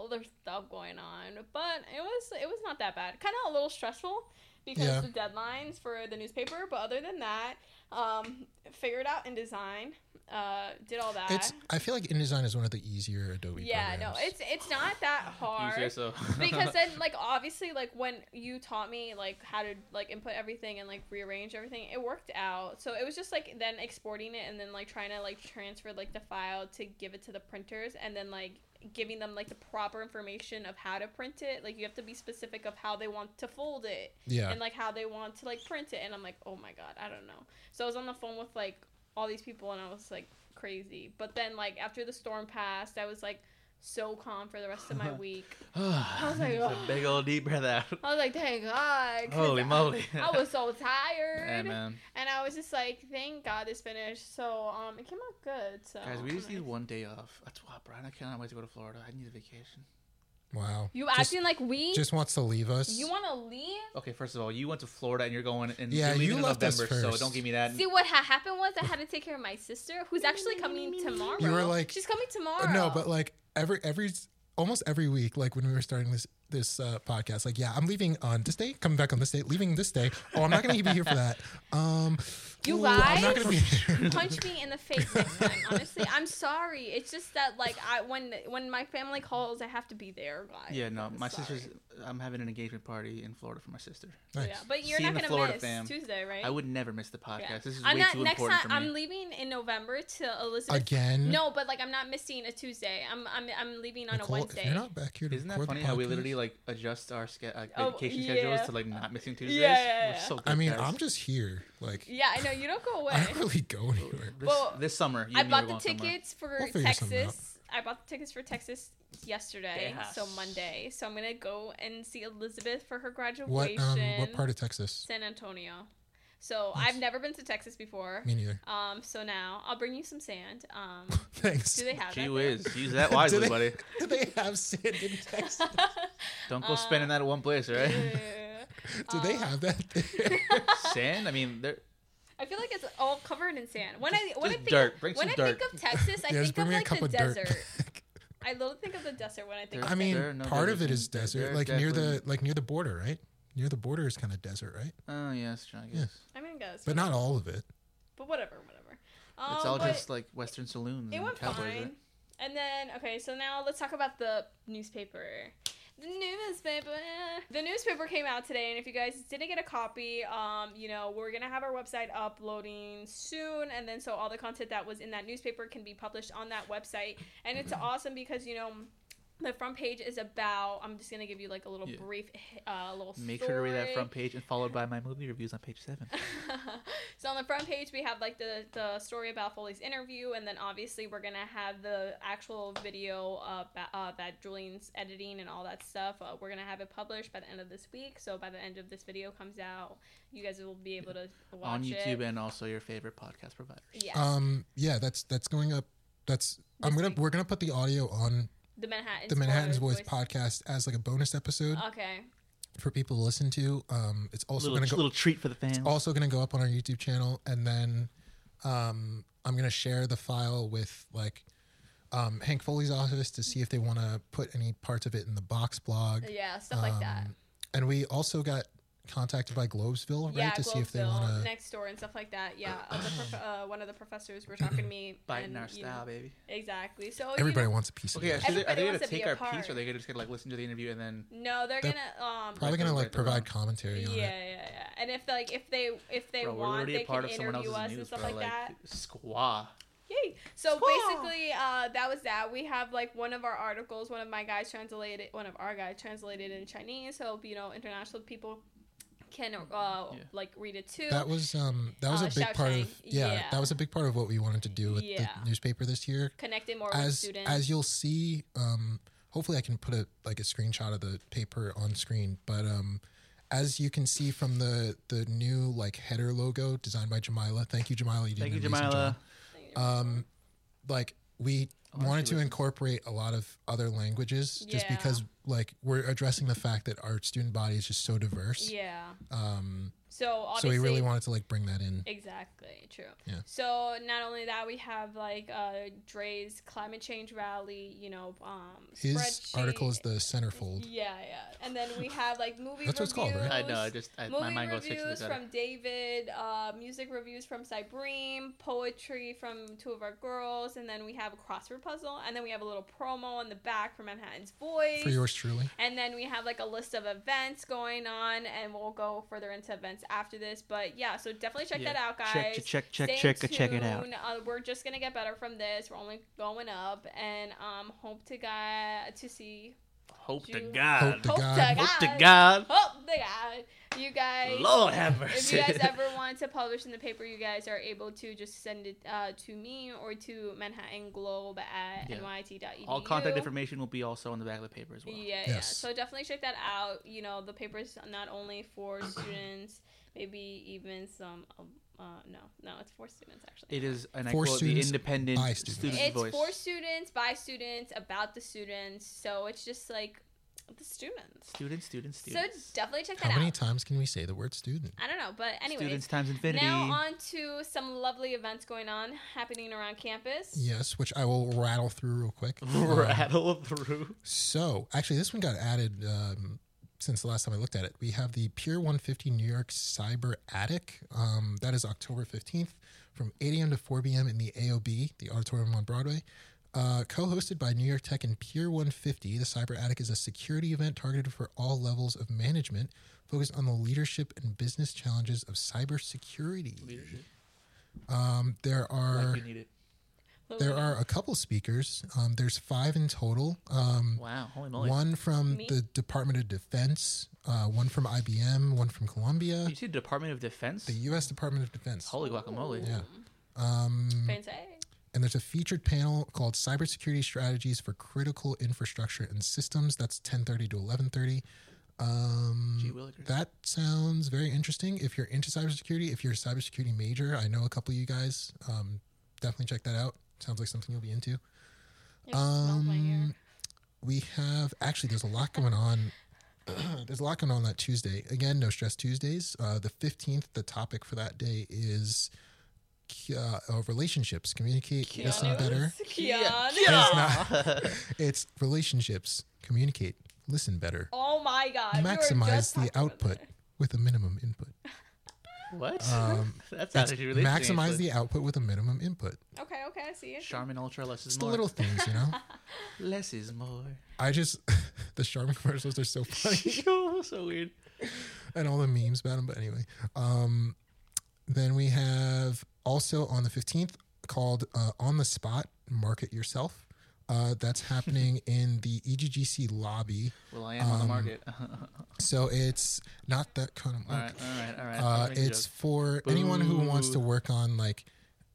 Speaker 3: other stuff going on. But it was it was not that bad. Kind of a little stressful because
Speaker 2: Yeah.
Speaker 3: the deadlines for the newspaper. But other than that, um, figured out InDesign, uh, did all that.
Speaker 2: It's. I feel like InDesign is one of the easier Adobe.
Speaker 3: yeah, no,
Speaker 2: programs.
Speaker 3: it's it's not that hard
Speaker 1: You say so.
Speaker 3: because then like obviously like when you taught me like how to like input everything and like rearrange everything it worked out so it was just like then exporting it and then like trying to like transfer like the file to give it to the printers and then like giving them like the proper information of how to print it like you have to be specific of how they want to fold it
Speaker 2: yeah.
Speaker 3: and like how they want to like print it and i'm like oh my god i don't know so i was on the phone with like all these people and i was like crazy but then like after the storm passed i was like so calm for the rest of my week.
Speaker 1: I (sighs)
Speaker 3: was like,
Speaker 1: a big old deep breath
Speaker 3: (laughs)
Speaker 1: out.
Speaker 3: I was like, thank God. 'cause
Speaker 1: Holy
Speaker 3: I-
Speaker 1: moly.
Speaker 3: (laughs) I was so tired.
Speaker 1: Hey, man.
Speaker 3: And I was just like, thank God this finished. So um, it came out good. So
Speaker 1: Guys, we
Speaker 3: I'm
Speaker 1: just need
Speaker 3: like-
Speaker 1: one day off. That's why, Brian. I cannot wait to go to Florida. I need a vacation.
Speaker 2: Wow.
Speaker 3: You
Speaker 2: Just-
Speaker 3: acting like we?
Speaker 2: Just wants to leave us.
Speaker 3: you want to leave?
Speaker 1: Okay, first of all, you went to Florida and you're going and
Speaker 2: Yeah,
Speaker 1: you're leaving
Speaker 2: you
Speaker 1: in
Speaker 2: left us
Speaker 1: November, so
Speaker 2: first.
Speaker 1: don't give me that.
Speaker 3: See what ha- happened was I had to take care of my sister, who's actually coming tomorrow.
Speaker 2: You were like-
Speaker 3: she's
Speaker 1: uh,
Speaker 3: coming tomorrow.
Speaker 2: Uh, no, but like every every almost every week, like when we were starting this this uh, podcast, like yeah, I'm leaving on this day, coming back on this day, leaving this day. Oh, I'm not gonna be here for
Speaker 3: (laughs)
Speaker 2: that. Um,
Speaker 3: You
Speaker 2: ooh, I'm not
Speaker 3: lied? (laughs)
Speaker 2: gonna be here. (laughs)
Speaker 3: punch me in the face next time. Honestly, I'm sorry. It's just that like I when when my family calls, I have to be there, guys.
Speaker 1: Yeah, no,
Speaker 3: I'm
Speaker 1: my
Speaker 3: sorry.
Speaker 1: sister's. I'm having an engagement party in Florida for my sister.
Speaker 2: Nice.
Speaker 3: Yeah, but you're
Speaker 1: See you
Speaker 3: not
Speaker 1: in the
Speaker 3: gonna
Speaker 1: Florida,
Speaker 3: miss
Speaker 1: fam.
Speaker 3: Tuesday, right?
Speaker 1: I would never miss the podcast.
Speaker 3: Yeah.
Speaker 1: This is
Speaker 3: I'm
Speaker 1: way
Speaker 3: not
Speaker 1: too
Speaker 3: next
Speaker 1: important
Speaker 3: time.
Speaker 1: for me.
Speaker 3: I'm leaving in November to Elizabeth.
Speaker 2: Again,
Speaker 3: No, but like I'm not missing a Tuesday. I'm I'm I'm leaving on
Speaker 2: Nicole,
Speaker 3: a
Speaker 2: if
Speaker 3: Wednesday.
Speaker 2: You're not back here. To
Speaker 1: Isn't that
Speaker 2: record the
Speaker 1: funny how we
Speaker 2: podcast-
Speaker 1: literally like adjust our ske- like,
Speaker 3: Oh,
Speaker 1: vacation
Speaker 3: yeah.
Speaker 1: schedules to like not missing Tuesdays?
Speaker 3: yeah,
Speaker 1: We're
Speaker 3: yeah.
Speaker 1: so good,
Speaker 2: I mean,
Speaker 1: guys.
Speaker 2: I'm just here. Like,
Speaker 3: Yeah, I know you don't go away.
Speaker 2: I don't really
Speaker 1: Oh,
Speaker 2: go anywhere.
Speaker 1: this,
Speaker 3: Well,
Speaker 1: this summer. You
Speaker 3: I
Speaker 1: and me are
Speaker 3: bought the
Speaker 1: going somewhere.
Speaker 3: tickets for
Speaker 2: uh, We'll figure something out.
Speaker 3: Texas. I bought the tickets for Texas yesterday,
Speaker 1: Yes.
Speaker 3: so Monday. So I'm gonna go and see Elizabeth for her graduation.
Speaker 2: What um, what part of Texas?
Speaker 3: San Antonio. So
Speaker 2: Nice.
Speaker 3: I've never been to Texas before.
Speaker 2: Me neither. (laughs)
Speaker 3: Um, so now I'll bring you some sand. Um,
Speaker 2: Thanks. (laughs)
Speaker 3: do they have
Speaker 1: Gee
Speaker 3: that?
Speaker 1: whiz, (laughs) use that wisely,
Speaker 2: do they,
Speaker 1: buddy.
Speaker 2: (laughs) Do they have sand in Texas?
Speaker 3: there? (laughs)
Speaker 1: Don't go spending that at one place, all right?
Speaker 3: Uh, Yeah.
Speaker 2: (laughs) Do they
Speaker 3: Uh,
Speaker 2: have that?
Speaker 3: (laughs)
Speaker 2: there?
Speaker 1: Sand. I mean, there.
Speaker 3: I feel like it's all covered in sand. When I when I
Speaker 1: just
Speaker 3: think
Speaker 1: dirt.
Speaker 3: Of,
Speaker 1: Bring
Speaker 3: when
Speaker 1: some
Speaker 3: I
Speaker 1: dirt.
Speaker 3: think of Texas,
Speaker 2: (laughs)
Speaker 3: I
Speaker 2: Yeah, just
Speaker 3: think of
Speaker 2: bring me a
Speaker 3: like
Speaker 2: cup
Speaker 3: the
Speaker 2: of dirt.
Speaker 3: desert.
Speaker 1: (laughs)
Speaker 3: I literally think of the desert when I
Speaker 1: There-
Speaker 3: think. of
Speaker 2: I mean,
Speaker 1: there are no
Speaker 2: part of
Speaker 1: deserts
Speaker 2: it
Speaker 1: in-
Speaker 2: is desert,
Speaker 1: there are
Speaker 2: like near the
Speaker 1: definitely-
Speaker 2: like near the border, right? Near the border is kind of desert, right?
Speaker 1: Oh yeah, that's true, I
Speaker 2: Yeah.
Speaker 1: guess.
Speaker 3: I mean, guys,
Speaker 2: But not all of it.
Speaker 3: But whatever, whatever. Um,
Speaker 1: It's all
Speaker 3: but
Speaker 1: just like Western saloons
Speaker 3: it
Speaker 1: and
Speaker 3: went
Speaker 1: cowboys.
Speaker 3: fine.
Speaker 1: right?
Speaker 3: And then okay, so now let's talk about the newspaper. The newspaper. The newspaper came out today, and if you guys didn't get a copy, um, you know we're gonna have our website uploading soon, and then so all the content that was in that newspaper can be published on that website, and
Speaker 1: Mm-hmm.
Speaker 3: it's awesome because you know. The front page is about. I'm just gonna give you like a little
Speaker 1: Yeah.
Speaker 3: brief, uh, little.
Speaker 1: Make sure to read that
Speaker 3: story.
Speaker 1: front page and followed by my movie reviews on page seven.
Speaker 3: (laughs) so on the front page we have like the the story about Foley's interview, and then obviously we're gonna have the actual video uh, ba- uh, that Julian's editing and all that stuff. Uh, we're gonna have it published by the end of this week. So by the end of this video comes out, you guys will be able to watch
Speaker 1: on YouTube
Speaker 3: It.
Speaker 1: and also your favorite podcast providers.
Speaker 3: Yes,
Speaker 2: Um, yeah, that's that's going up. That's I'm
Speaker 3: This
Speaker 2: gonna
Speaker 3: week.
Speaker 2: we're gonna put the audio on
Speaker 3: the Manhattan
Speaker 2: the Manhattan's Voice podcast as like a bonus episode
Speaker 3: Okay,
Speaker 2: for people to listen to. Um, it's also
Speaker 1: little,
Speaker 2: gonna go
Speaker 1: little treat for the fans.
Speaker 2: also gonna go up on our YouTube channel, and then um, I'm gonna share the file with like um, Hank Foley's office to see if they want to put any parts of it in the box blog.
Speaker 3: yeah, stuff like that.
Speaker 2: Um, And we also got contacted by Globesville, right,
Speaker 3: Yeah,
Speaker 2: to see if they
Speaker 3: Globeville,
Speaker 2: want to.
Speaker 3: next door and stuff like that. Yeah, uh, the
Speaker 2: (coughs)
Speaker 3: prof- uh, one of the professors were talking to me.
Speaker 1: Biting
Speaker 3: and,
Speaker 1: our
Speaker 3: you know-
Speaker 1: style, baby.
Speaker 3: Exactly. So you
Speaker 2: Everybody
Speaker 3: know-
Speaker 2: wants a piece
Speaker 1: Okay,
Speaker 2: of
Speaker 1: so they- are
Speaker 2: that.
Speaker 3: Everybody
Speaker 1: they gonna
Speaker 3: wants to be
Speaker 1: take
Speaker 3: a
Speaker 1: our
Speaker 3: part.
Speaker 1: piece, or are they gonna just gonna like listen to the interview and then?
Speaker 3: No, they're
Speaker 2: They're
Speaker 3: gonna um.
Speaker 2: Probably
Speaker 1: Like
Speaker 2: gonna
Speaker 1: the-
Speaker 2: like
Speaker 1: like the wrong-
Speaker 2: provide commentary
Speaker 3: yeah,
Speaker 2: on
Speaker 3: yeah,
Speaker 2: it.
Speaker 3: yeah. And if like if they if they
Speaker 1: Bro, we're
Speaker 3: want,
Speaker 1: already
Speaker 3: they
Speaker 1: a part
Speaker 3: can
Speaker 1: of someone
Speaker 3: interview
Speaker 1: else's
Speaker 3: us and
Speaker 1: news,
Speaker 3: stuff
Speaker 1: bro.
Speaker 3: like, that.
Speaker 1: squaw.
Speaker 3: Yay! So
Speaker 1: Squaw.
Speaker 3: basically, uh, that was that. We have like one of our articles, one of my guys translated, one of our guys translated in Chinese. So you know, international people can uh like read it too.
Speaker 2: That was um that was
Speaker 3: Uh,
Speaker 2: a big part of
Speaker 3: Shawshank,
Speaker 2: yeah,
Speaker 3: yeah.
Speaker 2: that was a big part of what we wanted to do with
Speaker 3: Yeah.
Speaker 2: the newspaper this year.
Speaker 3: Connected more with
Speaker 2: As
Speaker 3: students.
Speaker 2: as you'll see, um hopefully I can put a like a screenshot of the paper on screen, but um as you can see from the the new like header logo designed by Jamila, thank you Jamila, you did
Speaker 1: Thank
Speaker 2: an
Speaker 1: you,
Speaker 2: amazing job.
Speaker 1: Jamila.
Speaker 2: um, like we
Speaker 1: Oh,
Speaker 2: wanted
Speaker 1: she
Speaker 2: to
Speaker 1: was-
Speaker 2: incorporate a lot of other languages just
Speaker 3: Yeah.
Speaker 2: because like we're addressing the fact that our student body is just so diverse
Speaker 3: yeah.
Speaker 2: um
Speaker 3: So
Speaker 2: so
Speaker 3: obviously,
Speaker 2: we really wanted to like bring that in
Speaker 3: Exactly, true.
Speaker 2: Yeah.
Speaker 3: So not only that, we have like uh, Dre's climate change rally. You know, um,
Speaker 2: his
Speaker 3: spreadsheet.
Speaker 2: article is the centerfold
Speaker 3: Yeah, yeah. And then we have like movie
Speaker 2: That's what it's
Speaker 3: reviews.
Speaker 2: called, right?
Speaker 1: I know. I just I,
Speaker 3: Movie
Speaker 1: my mind goes uh, fixed
Speaker 3: reviews
Speaker 1: with that.
Speaker 3: from David, uh, music reviews from Cybreem, poetry from two of our girls, and then we have a crossword puzzle, and then we have a little promo on the back for Manhattan's Voice.
Speaker 2: for yours truly
Speaker 3: And then we have like a list of events going on, and we'll go further into events after this. But yeah, so definitely check
Speaker 1: Yeah.
Speaker 3: that out, guys.
Speaker 1: Check, check, check,
Speaker 3: Stay
Speaker 1: check, check it out.
Speaker 3: tuned. Uh, we're just gonna get better from this. We're only going up, and um, hope to guy to see
Speaker 1: Hope to
Speaker 3: You-
Speaker 1: God.
Speaker 2: Hope to
Speaker 3: Hope
Speaker 2: God.
Speaker 3: to God.
Speaker 1: Hope to God.
Speaker 3: Hope to God. You guys.
Speaker 1: Lord have
Speaker 3: If
Speaker 1: mercy.
Speaker 3: you guys
Speaker 1: (laughs)
Speaker 3: ever want to publish in the paper, you guys are able to just send it uh, to me or to Manhattan Globe at
Speaker 1: Yeah.
Speaker 3: nyt.edu.
Speaker 1: All contact information will be also on the back of the paper as well.
Speaker 3: E Yeah, yeah.
Speaker 2: Yes.
Speaker 3: So definitely check that out. You know, the paper is not only
Speaker 1: (clears throat)
Speaker 3: for students, maybe even some. Uh, no, no, it's for students actually.
Speaker 1: It is, and I
Speaker 2: For
Speaker 1: quote, the
Speaker 2: students,
Speaker 1: independent
Speaker 2: by students.
Speaker 1: student's
Speaker 3: it's
Speaker 1: voice.
Speaker 3: for students, by students, about the students. So it's just like the students.
Speaker 1: students, students,
Speaker 3: So
Speaker 1: students.
Speaker 3: definitely check that
Speaker 2: How many
Speaker 3: out.
Speaker 2: times can we say the word student?
Speaker 3: I don't know, but anyways,
Speaker 1: students times infinity.
Speaker 3: now on to some lovely events going on happening around campus.
Speaker 2: Yes, which I will rattle through
Speaker 1: (laughs)
Speaker 2: real quick. Um,
Speaker 1: (laughs) Rattle through.
Speaker 2: So, actually, this one got added um, since the last time I looked at it. We have the Pier 150 New York Cyber Attic. Um, that is October 15th from 8 a.m. to 4 p.m. in the AOB, the auditorium on Broadway. Uh, Co hosted by New York Tech and Pier 150, the Cyber Attic is a security event targeted for all levels of management, focused on the leadership and business challenges of cybersecurity.
Speaker 1: Leadership.
Speaker 2: Um, there are.
Speaker 1: Like you need it.
Speaker 2: There are a couple speakers. Um, there's five in total. Um,
Speaker 1: Wow, holy moly.
Speaker 2: one from
Speaker 3: Me?
Speaker 2: the Department of Defense, uh, one from IBM, one from Columbia,
Speaker 1: you see Department of Defense?
Speaker 2: the U.S. Department of Defense.
Speaker 1: holy guacamole.
Speaker 2: Yeah. Um,
Speaker 3: Fancy.
Speaker 2: and there's a featured panel called Cybersecurity Strategies for Critical Infrastructure and Systems. That's 10:30 to 11:30.
Speaker 1: Gee
Speaker 2: Um,
Speaker 1: willikers.
Speaker 2: that sounds very interesting. If you're into cybersecurity, if you're a cybersecurity major, I know a couple of you guys. Um, definitely check that out. Sounds like something you'll be into.
Speaker 3: It smells oh my hair.
Speaker 2: Um, we have actually there's a lot going on (clears throat) there's a lot going on that tuesday again no stress tuesdays uh, the 15th the topic for that day is uh, uh, relationships communicate listen
Speaker 3: Keanu's.
Speaker 2: better
Speaker 3: (laughs) Keanu.
Speaker 2: it's relationships communicate listen better
Speaker 3: Oh my god. we were
Speaker 2: maximize
Speaker 3: just
Speaker 2: the
Speaker 3: talking about
Speaker 2: output
Speaker 3: that.
Speaker 2: with a minimum input
Speaker 1: (laughs) what?
Speaker 2: Um,
Speaker 1: (laughs) That's
Speaker 2: It's
Speaker 1: attitude really
Speaker 2: maximize the output with a minimum input
Speaker 3: Okay, okay, I see it.
Speaker 1: Charmin Ultra less is
Speaker 2: just the
Speaker 1: more.
Speaker 2: little things
Speaker 1: (laughs)
Speaker 2: you know
Speaker 1: Less is more. (laughs)
Speaker 2: (laughs) i just the charmin commercials are so funny
Speaker 1: Yo, so weird.
Speaker 2: and all the memes about him. But anyway, um, then we have also on the 15th called uh, On the Spot Market Yourself. Uh,
Speaker 1: (laughs)
Speaker 2: that's happening in the E EGGC lobby.
Speaker 1: Well, I am on the
Speaker 2: Um,
Speaker 1: market. (laughs) all
Speaker 2: So it's not that kind of
Speaker 1: right,
Speaker 2: market.
Speaker 1: all right, all right. I
Speaker 2: Uh,
Speaker 1: was making
Speaker 2: it's
Speaker 1: jokes.
Speaker 2: for anyone who wants
Speaker 1: Boo.
Speaker 2: to work on like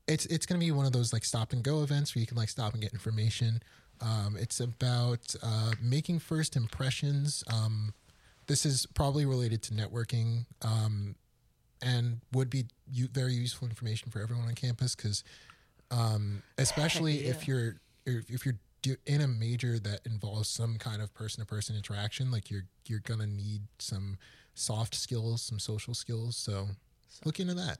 Speaker 2: it's it's gonna be one of those like stop and go events where you can like stop and get information. Um, it's about uh, making first impressions. Um, this is probably related to networking um, and would be u- very useful information for everyone on campus because um, especially if you're if, if you're do, in a major that involves some kind of person-to-person interaction like you're you're gonna need some soft skills some social skills so look into that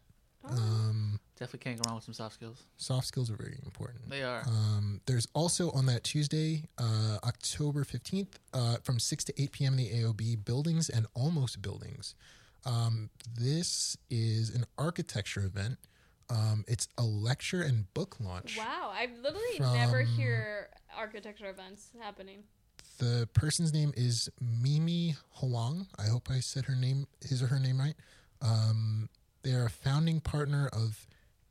Speaker 2: um,
Speaker 1: Definitely can't go wrong with some soft skills.
Speaker 2: soft skills are very important
Speaker 1: They are.
Speaker 2: um, there's also on that Tuesday, uh, October 15th, uh, from 6 to 8 p.m. in the AOB, Buildings and Almost Buildings. Um, this is an architecture event. Um, it's a lecture and book launch.
Speaker 3: Wow, I literally never
Speaker 2: From-
Speaker 3: hear architecture events happening.
Speaker 2: The person's name is Mimi Hoang. I hope I said her name, his or her name right. Um, they are a founding partner of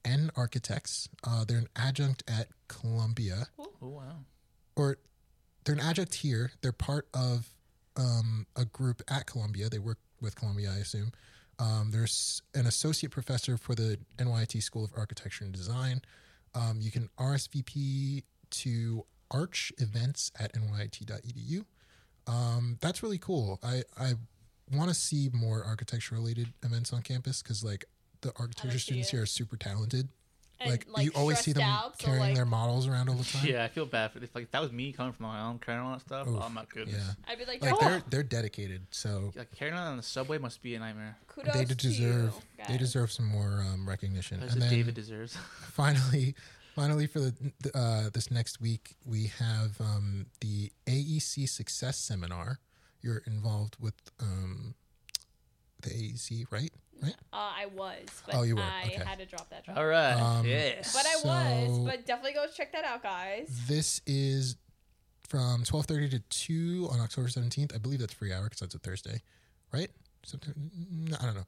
Speaker 2: N Architects. Uh, they're an adjunct at Columbia.
Speaker 1: oh wow.
Speaker 2: or they're an adjunct here. They're part of um, a group at Columbia. They work with Columbia, I assume. Um, there's an associate professor for the NYIT School of Architecture and Design. Um, you can RSVP to arch events at nyt.edu. E Um, that's really cool. I, I want to see more architecture related events on campus because, like, the architecture
Speaker 3: see
Speaker 2: students
Speaker 3: it.
Speaker 2: here are super talented.
Speaker 3: And,
Speaker 2: like, you always see
Speaker 3: stressed
Speaker 2: them
Speaker 3: out, so,
Speaker 2: carrying
Speaker 3: like,
Speaker 2: their models around all the time.
Speaker 1: Yeah, I feel bad for if like if that was me coming from my own carrying on and stuff.
Speaker 2: Oof,
Speaker 1: oh my goodness.
Speaker 2: Yeah.
Speaker 3: I'd be like,
Speaker 2: like
Speaker 3: "Oh,
Speaker 2: they're they're dedicated so
Speaker 1: Like carrying on on the subway must be a nightmare.
Speaker 3: kudos
Speaker 2: they do
Speaker 3: to you
Speaker 2: deserve they
Speaker 3: guys."
Speaker 2: deserve some more um, recognition
Speaker 1: That's
Speaker 2: and
Speaker 1: what
Speaker 2: then
Speaker 1: David deserves. (laughs)
Speaker 2: finally finally for the the, uh, this next week we have um, the aec success seminar you're involved with um, the aec right right
Speaker 3: Uh, I was, but
Speaker 2: Oh, you were,
Speaker 3: I
Speaker 2: okay.
Speaker 3: had to drop that. Drop.
Speaker 1: all right.
Speaker 2: Um,
Speaker 1: yeah.
Speaker 3: But I was,
Speaker 2: So-
Speaker 3: but definitely go check that out, guys.
Speaker 2: this is from 12.30 to 2 on october 17th i believe that's free hour because that's a thursday right September, i don't know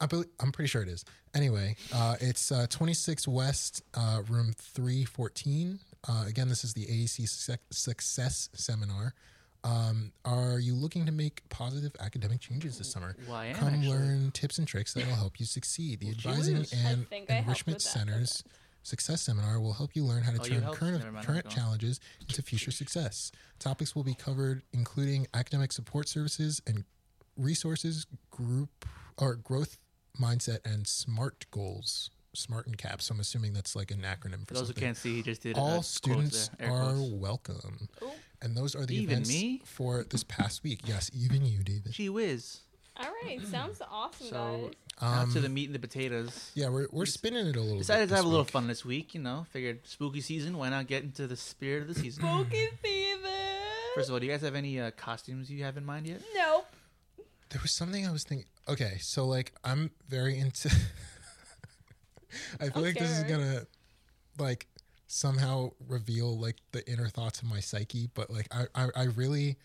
Speaker 2: I bel i'm pretty sure it is anyway uh, it's uh, 26 west uh, room 314 uh, again this is the aec Success- success seminar Um, are you looking to make positive academic changes this summer?
Speaker 1: Well, I am,
Speaker 2: Come
Speaker 1: actually.
Speaker 2: learn tips and tricks that will help you succeed. The Advising
Speaker 1: cheers.
Speaker 3: I
Speaker 2: and
Speaker 3: think I helped
Speaker 2: Enrichment
Speaker 3: with that, but-
Speaker 2: Center's Success Seminar will help you learn how to
Speaker 1: Oh, you
Speaker 2: turn
Speaker 1: helped? Never
Speaker 2: current,
Speaker 1: mind, I'm
Speaker 2: current
Speaker 1: going.
Speaker 2: challenges into future success. Topics will be covered including academic support services and resources, group or growth mindset, and SMART goals. SMART and CAPS. So I'm assuming that's like an acronym
Speaker 1: For
Speaker 2: for
Speaker 1: those who
Speaker 2: something.
Speaker 1: can't see, he just did. uh,
Speaker 2: All
Speaker 1: quotes
Speaker 2: students
Speaker 1: there, air
Speaker 2: are
Speaker 1: quotes.
Speaker 2: welcome.
Speaker 3: Ooh.
Speaker 2: And those are the
Speaker 1: Even
Speaker 2: events
Speaker 1: me?
Speaker 2: for this past week. Yes, even you, David.
Speaker 1: Gee whiz.
Speaker 2: Mm.
Speaker 3: All right, sounds awesome,
Speaker 1: So
Speaker 3: guys.
Speaker 1: now
Speaker 2: Um,
Speaker 1: to the meat and the potatoes.
Speaker 2: Yeah, we're, we're spinning it a little
Speaker 1: Decided
Speaker 2: bit.
Speaker 1: to have
Speaker 2: this
Speaker 1: a little
Speaker 2: week.
Speaker 1: fun this week. You know, figured spooky season. Why not get into the spirit of the season?
Speaker 3: Spooky fever.
Speaker 1: First of all, do you guys have any uh, costumes you have in mind yet?
Speaker 3: nope.
Speaker 2: There was something I was thinking. Okay, so like I'm very into. (laughs) I feel like this is
Speaker 3: scared.
Speaker 2: gonna, like, somehow reveal like the inner thoughts of my psyche. But like I I, I really,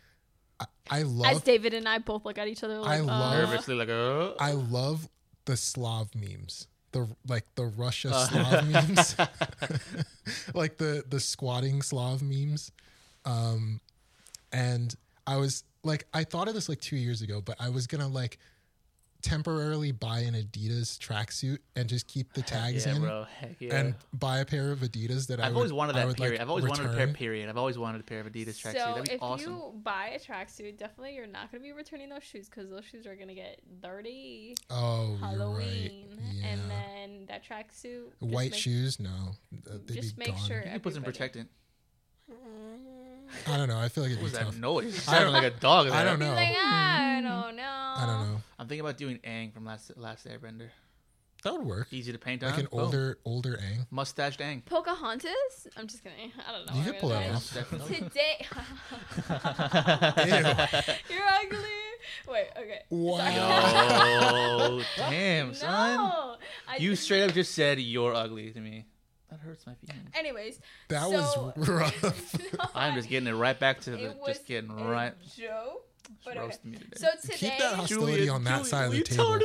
Speaker 2: I, I
Speaker 3: As
Speaker 2: love
Speaker 3: David and I both look at each other like,
Speaker 2: I love-
Speaker 3: uh,
Speaker 1: Nervously, like, oh.
Speaker 2: I love the Slav memes. The like the Russia
Speaker 1: Uh. (laughs)
Speaker 2: Slav memes. (laughs) like the the squatting Slav memes. Um and I was like I thought of this like 2 years ago, but I was going to like temporarily buy an Adidas tracksuit and just keep the
Speaker 1: (laughs)
Speaker 2: tags
Speaker 1: yeah,
Speaker 2: in
Speaker 1: bro. Heck yeah.
Speaker 2: and buy a pair of Adidas that I
Speaker 1: I've
Speaker 2: would-
Speaker 1: always wanted
Speaker 2: I
Speaker 1: that
Speaker 2: would, like,
Speaker 1: period. I've always wanted a pair.
Speaker 2: return.
Speaker 1: Period. I've always wanted a pair of Adidas tracksuit.
Speaker 3: So
Speaker 1: That'd be
Speaker 3: if
Speaker 1: awesome.
Speaker 3: you buy a tracksuit, definitely you're not gonna be returning those shoes because those shoes are gonna get dirty.
Speaker 2: Oh,
Speaker 3: Halloween,
Speaker 2: you're right. Yeah.
Speaker 3: and then that tracksuit. just
Speaker 2: White
Speaker 3: make-
Speaker 2: shoes? No. Uh, They'd
Speaker 3: Just
Speaker 2: be
Speaker 3: make
Speaker 2: gone.
Speaker 1: you
Speaker 3: sure-
Speaker 1: can put some
Speaker 3: everybody.
Speaker 1: protectant.
Speaker 2: I don't know. I feel like it'd
Speaker 1: What was
Speaker 2: be
Speaker 1: that
Speaker 2: tough.
Speaker 1: noise? It
Speaker 2: I don't-
Speaker 1: sounded like a dog.
Speaker 2: I
Speaker 1: there.
Speaker 2: don't
Speaker 3: Be
Speaker 2: know. Hmm.
Speaker 3: like, "Ah, I don't know.
Speaker 2: I don't know.
Speaker 1: I'm thinking about doing Aang from Last Last Airbender.
Speaker 2: That would work.
Speaker 1: Easy to paint on.
Speaker 2: Like an
Speaker 1: Boom.
Speaker 2: older, older Aang.
Speaker 1: mustached Aang.
Speaker 3: Pocahontas? I'm just kidding. I don't know.
Speaker 2: You
Speaker 3: what
Speaker 2: could
Speaker 3: I'm
Speaker 2: pull
Speaker 3: gonna
Speaker 2: that off.
Speaker 3: do. (laughs) Today, (laughs)
Speaker 2: (laughs)
Speaker 3: you're ugly. Wait, okay.
Speaker 2: Wow.
Speaker 3: Sorry.
Speaker 1: Yo, damn, son.
Speaker 3: No, I
Speaker 1: You
Speaker 3: didn't-
Speaker 1: straight up just said you're ugly to me. That hurts my feelings.
Speaker 3: Anyways,
Speaker 2: (laughs) That
Speaker 3: So- (laughs)
Speaker 2: was (laughs) rough.
Speaker 3: no,
Speaker 1: I'm just getting it right back to the.
Speaker 3: it was
Speaker 1: Just getting
Speaker 3: a
Speaker 1: right.
Speaker 3: joke. But okay.
Speaker 1: roasting me today.
Speaker 3: So today,
Speaker 2: Keep that hostility on that side of the table.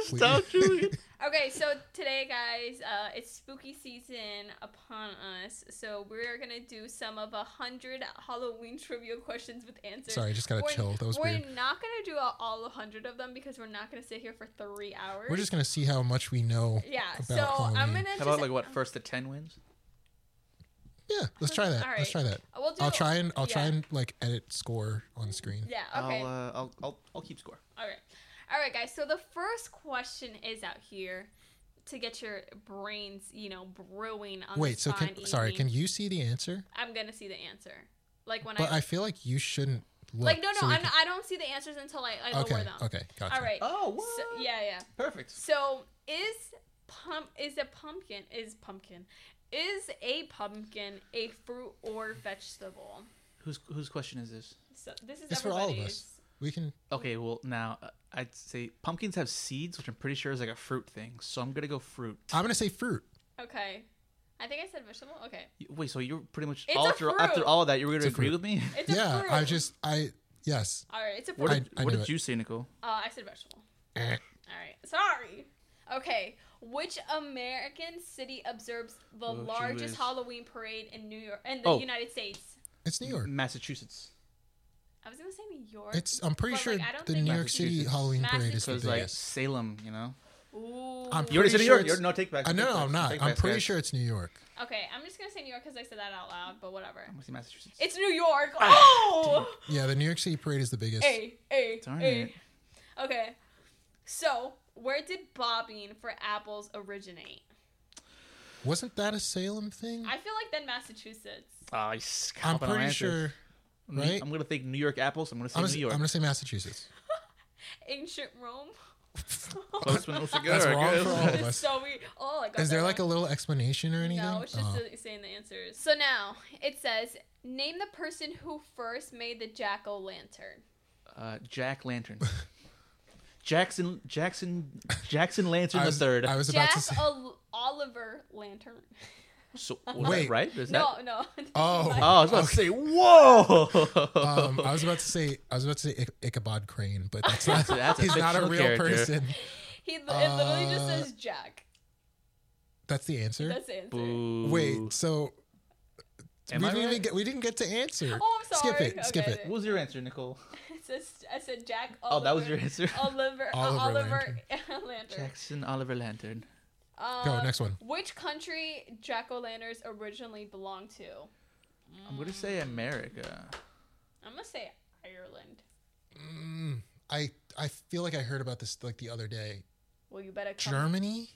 Speaker 2: please. (laughs)
Speaker 3: Okay, so today, guys, uh, it's spooky season upon us. So we're gonna do some of a hundred Halloween trivia questions with answers.
Speaker 2: Sorry, I just got
Speaker 3: We're-
Speaker 2: to chill. That was
Speaker 3: we're
Speaker 2: weird.
Speaker 3: not gonna do all- all a hundred of them because we're not gonna sit here for three hours.
Speaker 2: We're just gonna see how much we know.
Speaker 3: yeah.
Speaker 2: about
Speaker 3: So I'm
Speaker 2: Halloween.
Speaker 3: gonna
Speaker 1: How
Speaker 3: just,
Speaker 1: about like "Oh." what? First to ten wins.
Speaker 2: Yeah, let's try that.
Speaker 3: All
Speaker 2: Let's try
Speaker 3: right.
Speaker 2: that.
Speaker 3: We'll do,
Speaker 2: I'll try and I'll try
Speaker 3: yeah.
Speaker 2: and like edit score on screen.
Speaker 3: Yeah. Okay.
Speaker 1: I'll, uh, I'll I'll I'll keep score.
Speaker 3: All right. All right, guys. So the first question is out here to get your brains, you know, brewing on
Speaker 2: Wait,
Speaker 3: this
Speaker 2: so
Speaker 3: fine
Speaker 2: can sorry,
Speaker 3: evening.
Speaker 2: can you see the answer?
Speaker 3: I'm going to see the answer. Like when
Speaker 2: But
Speaker 3: I,
Speaker 2: I feel like you shouldn't look.
Speaker 3: Like no, no,
Speaker 2: so we
Speaker 3: I'm,
Speaker 2: can-
Speaker 3: I don't see the answers until I, I lower
Speaker 2: Okay,
Speaker 3: them.
Speaker 2: okay, gotcha.
Speaker 3: All right.
Speaker 1: Oh, what?
Speaker 3: So, yeah, yeah.
Speaker 1: Perfect.
Speaker 3: So is pump is a pumpkin is pumpkin is a pumpkin a fruit or vegetable?
Speaker 1: Whose whose question is this?
Speaker 3: So this is
Speaker 2: It's for all of
Speaker 3: everybody's.
Speaker 2: us. We can.
Speaker 1: Okay, well now uh, I'd say pumpkins have seeds, which I'm pretty sure is like a fruit thing. So I'm gonna go fruit.
Speaker 2: I'm gonna say fruit.
Speaker 3: Okay. I think I said vegetable. Okay.
Speaker 1: You- Wait, so you're pretty much
Speaker 3: It's
Speaker 1: all
Speaker 3: a
Speaker 1: through,
Speaker 3: fruit.
Speaker 1: after all that, you were gonna
Speaker 2: It's a
Speaker 1: agree
Speaker 2: fruit.
Speaker 1: with (laughs) me.
Speaker 3: It's a
Speaker 2: Yeah,
Speaker 3: fruit.
Speaker 2: I just I yes.
Speaker 3: All right, it's a fruit.
Speaker 1: What did,
Speaker 2: I
Speaker 1: what
Speaker 2: knew
Speaker 1: did
Speaker 2: it.
Speaker 1: you say, Nicole?
Speaker 3: Uh, I said vegetable.
Speaker 2: Eh.
Speaker 3: All right. Sorry. Okay. Which American city observes the
Speaker 1: Oh,
Speaker 3: largest
Speaker 1: geez.
Speaker 3: Halloween parade in New York in the
Speaker 1: Oh.
Speaker 3: United States?
Speaker 2: It's New York.
Speaker 1: Massachusetts.
Speaker 3: I was gonna say New York.
Speaker 2: It's. I'm pretty
Speaker 3: But,
Speaker 2: sure
Speaker 3: like, I don't
Speaker 2: the
Speaker 3: think
Speaker 2: New
Speaker 3: it's-
Speaker 2: York City
Speaker 1: Massachusetts.
Speaker 2: Halloween parade is the
Speaker 1: Because
Speaker 2: biggest.
Speaker 1: like Salem, you know.
Speaker 3: Ooh.
Speaker 2: I'm
Speaker 1: You already
Speaker 2: Pretty
Speaker 1: said New
Speaker 2: sure
Speaker 1: York.
Speaker 2: it's-
Speaker 1: You're, no, take back.
Speaker 2: I
Speaker 1: take
Speaker 2: no,
Speaker 1: backs,
Speaker 2: I'm not.
Speaker 1: take
Speaker 2: I'm
Speaker 1: backs,
Speaker 2: pretty
Speaker 1: guys.
Speaker 2: sure it's New York.
Speaker 3: okay. I'm just gonna say New York because I said that out loud, but whatever.
Speaker 1: I'm gonna say Massachusetts.
Speaker 3: It's New York. Oh.
Speaker 2: Yeah, the New York City parade is the biggest.
Speaker 3: Hey. Hey.
Speaker 1: Darn
Speaker 3: Hey.
Speaker 1: it.
Speaker 3: Okay. So where did bobbing for apples originate?
Speaker 2: Wasn't that a Salem thing?
Speaker 3: I feel like then Massachusetts.
Speaker 1: Ah, I
Speaker 2: I'm
Speaker 1: scowled on my
Speaker 2: pretty
Speaker 1: answer.
Speaker 2: sure. Right?
Speaker 1: I'm gonna think New York apples. I'm gonna say
Speaker 2: I'm gonna,
Speaker 1: New
Speaker 2: say,
Speaker 1: York.
Speaker 2: I'm gonna say Massachusetts.
Speaker 3: Ancient Rome.
Speaker 1: Close one, also good,
Speaker 2: That's
Speaker 1: I
Speaker 2: wrong
Speaker 1: guess.
Speaker 2: for all (laughs) of
Speaker 3: (laughs) It's
Speaker 2: us.
Speaker 3: so weird. Oh, I got
Speaker 2: Is there
Speaker 3: that
Speaker 2: like a
Speaker 3: wrong.
Speaker 2: little explanation or anything?
Speaker 3: No, it's just
Speaker 2: Oh.
Speaker 3: uh, saying the answers. So now it says, name the person who first made the jack o' lantern.
Speaker 1: Uh, Jack
Speaker 2: (laughs)
Speaker 1: Lantern. Jackson Jackson Jackson Lantern
Speaker 2: I was,
Speaker 1: the third.
Speaker 2: I was about
Speaker 3: Jack
Speaker 2: to
Speaker 3: (laughs)
Speaker 2: say.
Speaker 3: o- Oliver Lantern.
Speaker 1: so was
Speaker 2: Wait.
Speaker 1: that right? Is
Speaker 3: No,
Speaker 1: that-
Speaker 3: no. (laughs)
Speaker 2: Oh.
Speaker 1: Oh, I was about to say, whoa!
Speaker 3: Oh.
Speaker 2: Um,
Speaker 1: (laughs)
Speaker 2: I was about to say. I was about to say Ich- Ichabod Crane, but that's not.
Speaker 1: That's a
Speaker 2: he's not a
Speaker 1: fictional
Speaker 2: real
Speaker 1: character.
Speaker 2: person.
Speaker 3: He li- it literally just
Speaker 2: Uh,
Speaker 3: says Jack.
Speaker 2: That's the answer.
Speaker 3: That's the answer.
Speaker 1: Boo.
Speaker 2: Wait. So
Speaker 1: Am
Speaker 2: we
Speaker 1: I
Speaker 2: didn't
Speaker 1: right?
Speaker 2: even get we didn't get to answer.
Speaker 3: Oh, I'm sorry.
Speaker 2: Skip it. Skip
Speaker 3: Okay.
Speaker 2: it.
Speaker 1: What was your answer, Nicole?
Speaker 3: (laughs) It says, I said Jack
Speaker 1: Oh,
Speaker 3: Oliver.
Speaker 1: that was your answer.
Speaker 3: (laughs) Oliver. Oliver.
Speaker 2: Oliver
Speaker 3: Oliver (laughs) Lantern.
Speaker 1: Jackson Oliver Lantern.
Speaker 3: Um,
Speaker 2: Go, next one.
Speaker 3: Which country jack o' lanterns originally belonged to?
Speaker 1: I'm gonna say America.
Speaker 3: I'm gonna say Ireland.
Speaker 2: Mm, I I feel like I heard about this like the other day.
Speaker 3: Well, you better. Come.
Speaker 2: Germany.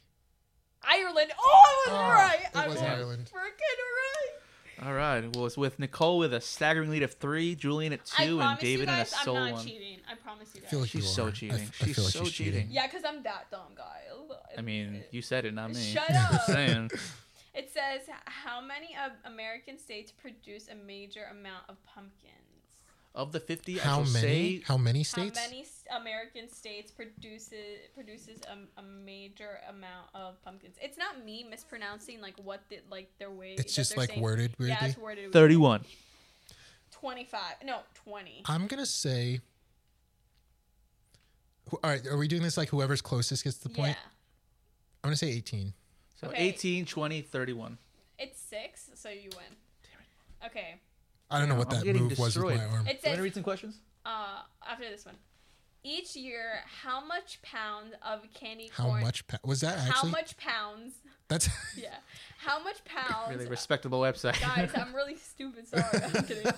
Speaker 3: Ireland. Oh, I was
Speaker 2: Oh,
Speaker 3: right.
Speaker 2: it
Speaker 3: I
Speaker 2: was
Speaker 3: was
Speaker 2: Ireland.
Speaker 3: freaking right.
Speaker 1: All right. Well, it's with Nicole with a staggering lead of three, Julian at
Speaker 3: I
Speaker 1: two, and
Speaker 3: promise
Speaker 1: David
Speaker 3: you guys,
Speaker 1: in a sole
Speaker 3: I'm not
Speaker 1: one.
Speaker 3: cheating. I promise you
Speaker 2: I
Speaker 3: guys.
Speaker 2: feel like
Speaker 1: She's
Speaker 2: you
Speaker 1: so
Speaker 2: are. I
Speaker 1: cheating.
Speaker 2: f- I
Speaker 1: She's
Speaker 2: feel like
Speaker 1: so
Speaker 2: she's cheating.
Speaker 1: cheating.
Speaker 3: yeah, because I'm that dumb, guys.
Speaker 1: I mean, you said it, not me. (laughs)
Speaker 3: Shut up.
Speaker 1: Saying.
Speaker 3: It says how many of American states produce a major amount of pumpkins?
Speaker 1: Of the 50, I
Speaker 2: How
Speaker 1: shall
Speaker 2: many?
Speaker 1: say
Speaker 2: how many states?
Speaker 3: How many s- American states produces produces a, a major amount of pumpkins? It's not me mispronouncing like what the, like their way.
Speaker 2: It's
Speaker 3: that
Speaker 2: just
Speaker 3: they're
Speaker 2: like
Speaker 3: saying-
Speaker 2: worded weirdly.
Speaker 3: Yeah, it's worded. weird.
Speaker 1: 31.
Speaker 3: Twenty-five. No, twenty.
Speaker 2: I'm gonna say. Wh- All right, are we doing this like whoever's closest gets the point?
Speaker 3: Yeah,
Speaker 2: I'm gonna say 18.
Speaker 1: So
Speaker 3: Okay.
Speaker 1: 18, 20, 31.
Speaker 3: it's six, so you win.
Speaker 1: Damn
Speaker 3: Okay.
Speaker 2: I don't know what
Speaker 1: I'm
Speaker 2: that
Speaker 1: getting
Speaker 2: move was with
Speaker 1: destroyed.
Speaker 2: my arm.
Speaker 3: It
Speaker 1: Do you want to
Speaker 3: says
Speaker 1: read some questions?
Speaker 3: uh, after this one. Each year, how much pound of candy
Speaker 2: How
Speaker 3: corn?
Speaker 2: much pa- was that
Speaker 3: how
Speaker 2: actually?
Speaker 3: much pounds? (laughs)
Speaker 2: That's
Speaker 3: Yeah. How much pounds?
Speaker 1: Really respectable website.
Speaker 3: Guys,
Speaker 1: (laughs)
Speaker 3: I'm really stupid. Sorry,
Speaker 2: (laughs)
Speaker 3: I'm kidding.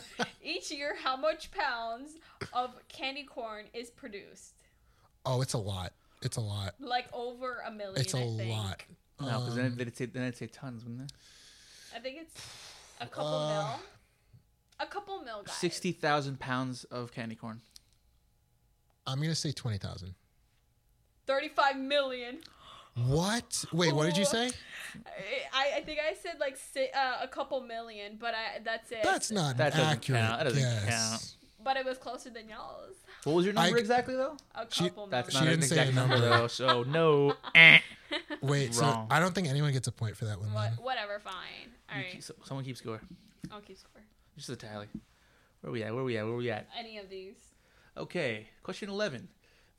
Speaker 3: Each year, how much pounds of candy corn is produced?
Speaker 2: (laughs) oh, it's a lot. It's a lot.
Speaker 3: Like over a million.
Speaker 2: It's a
Speaker 3: I think.
Speaker 2: lot.
Speaker 1: no, because then
Speaker 2: Um,
Speaker 1: they'd say, then it'd say tons, wouldn't they?
Speaker 3: I think it's a couple
Speaker 2: Uh,
Speaker 3: mil. A couple mil, guys.
Speaker 1: 60,000 pounds of candy corn.
Speaker 2: I'm gonna say 20,000.
Speaker 3: 35 million.
Speaker 2: What? Wait, what did you say?
Speaker 3: I, I think I said like si- uh, a couple million, but I that's it.
Speaker 2: That's not
Speaker 1: That
Speaker 2: an
Speaker 1: doesn't
Speaker 2: accurate.
Speaker 1: count. That doesn't
Speaker 2: guess.
Speaker 1: count.
Speaker 3: But it was closer than y'all's.
Speaker 1: What was your
Speaker 2: I-
Speaker 1: number exactly, though?
Speaker 3: A
Speaker 2: She-
Speaker 3: couple
Speaker 1: That's
Speaker 2: She
Speaker 1: not
Speaker 3: million.
Speaker 1: an
Speaker 2: didn't say
Speaker 1: exact
Speaker 2: a
Speaker 1: number,
Speaker 2: number.
Speaker 1: though,
Speaker 3: (laughs)
Speaker 1: so no. Eh.
Speaker 2: Wait, so
Speaker 1: Wrong.
Speaker 2: I don't think anyone gets a point for that one.
Speaker 3: What,
Speaker 2: then.
Speaker 3: whatever, fine. All
Speaker 1: You
Speaker 3: right,
Speaker 1: keep- so- someone keep score.
Speaker 3: I'll keep score.
Speaker 1: Just a tally. Where we at? Where we at? Where we at?
Speaker 3: Any of these.
Speaker 1: Okay, question 11.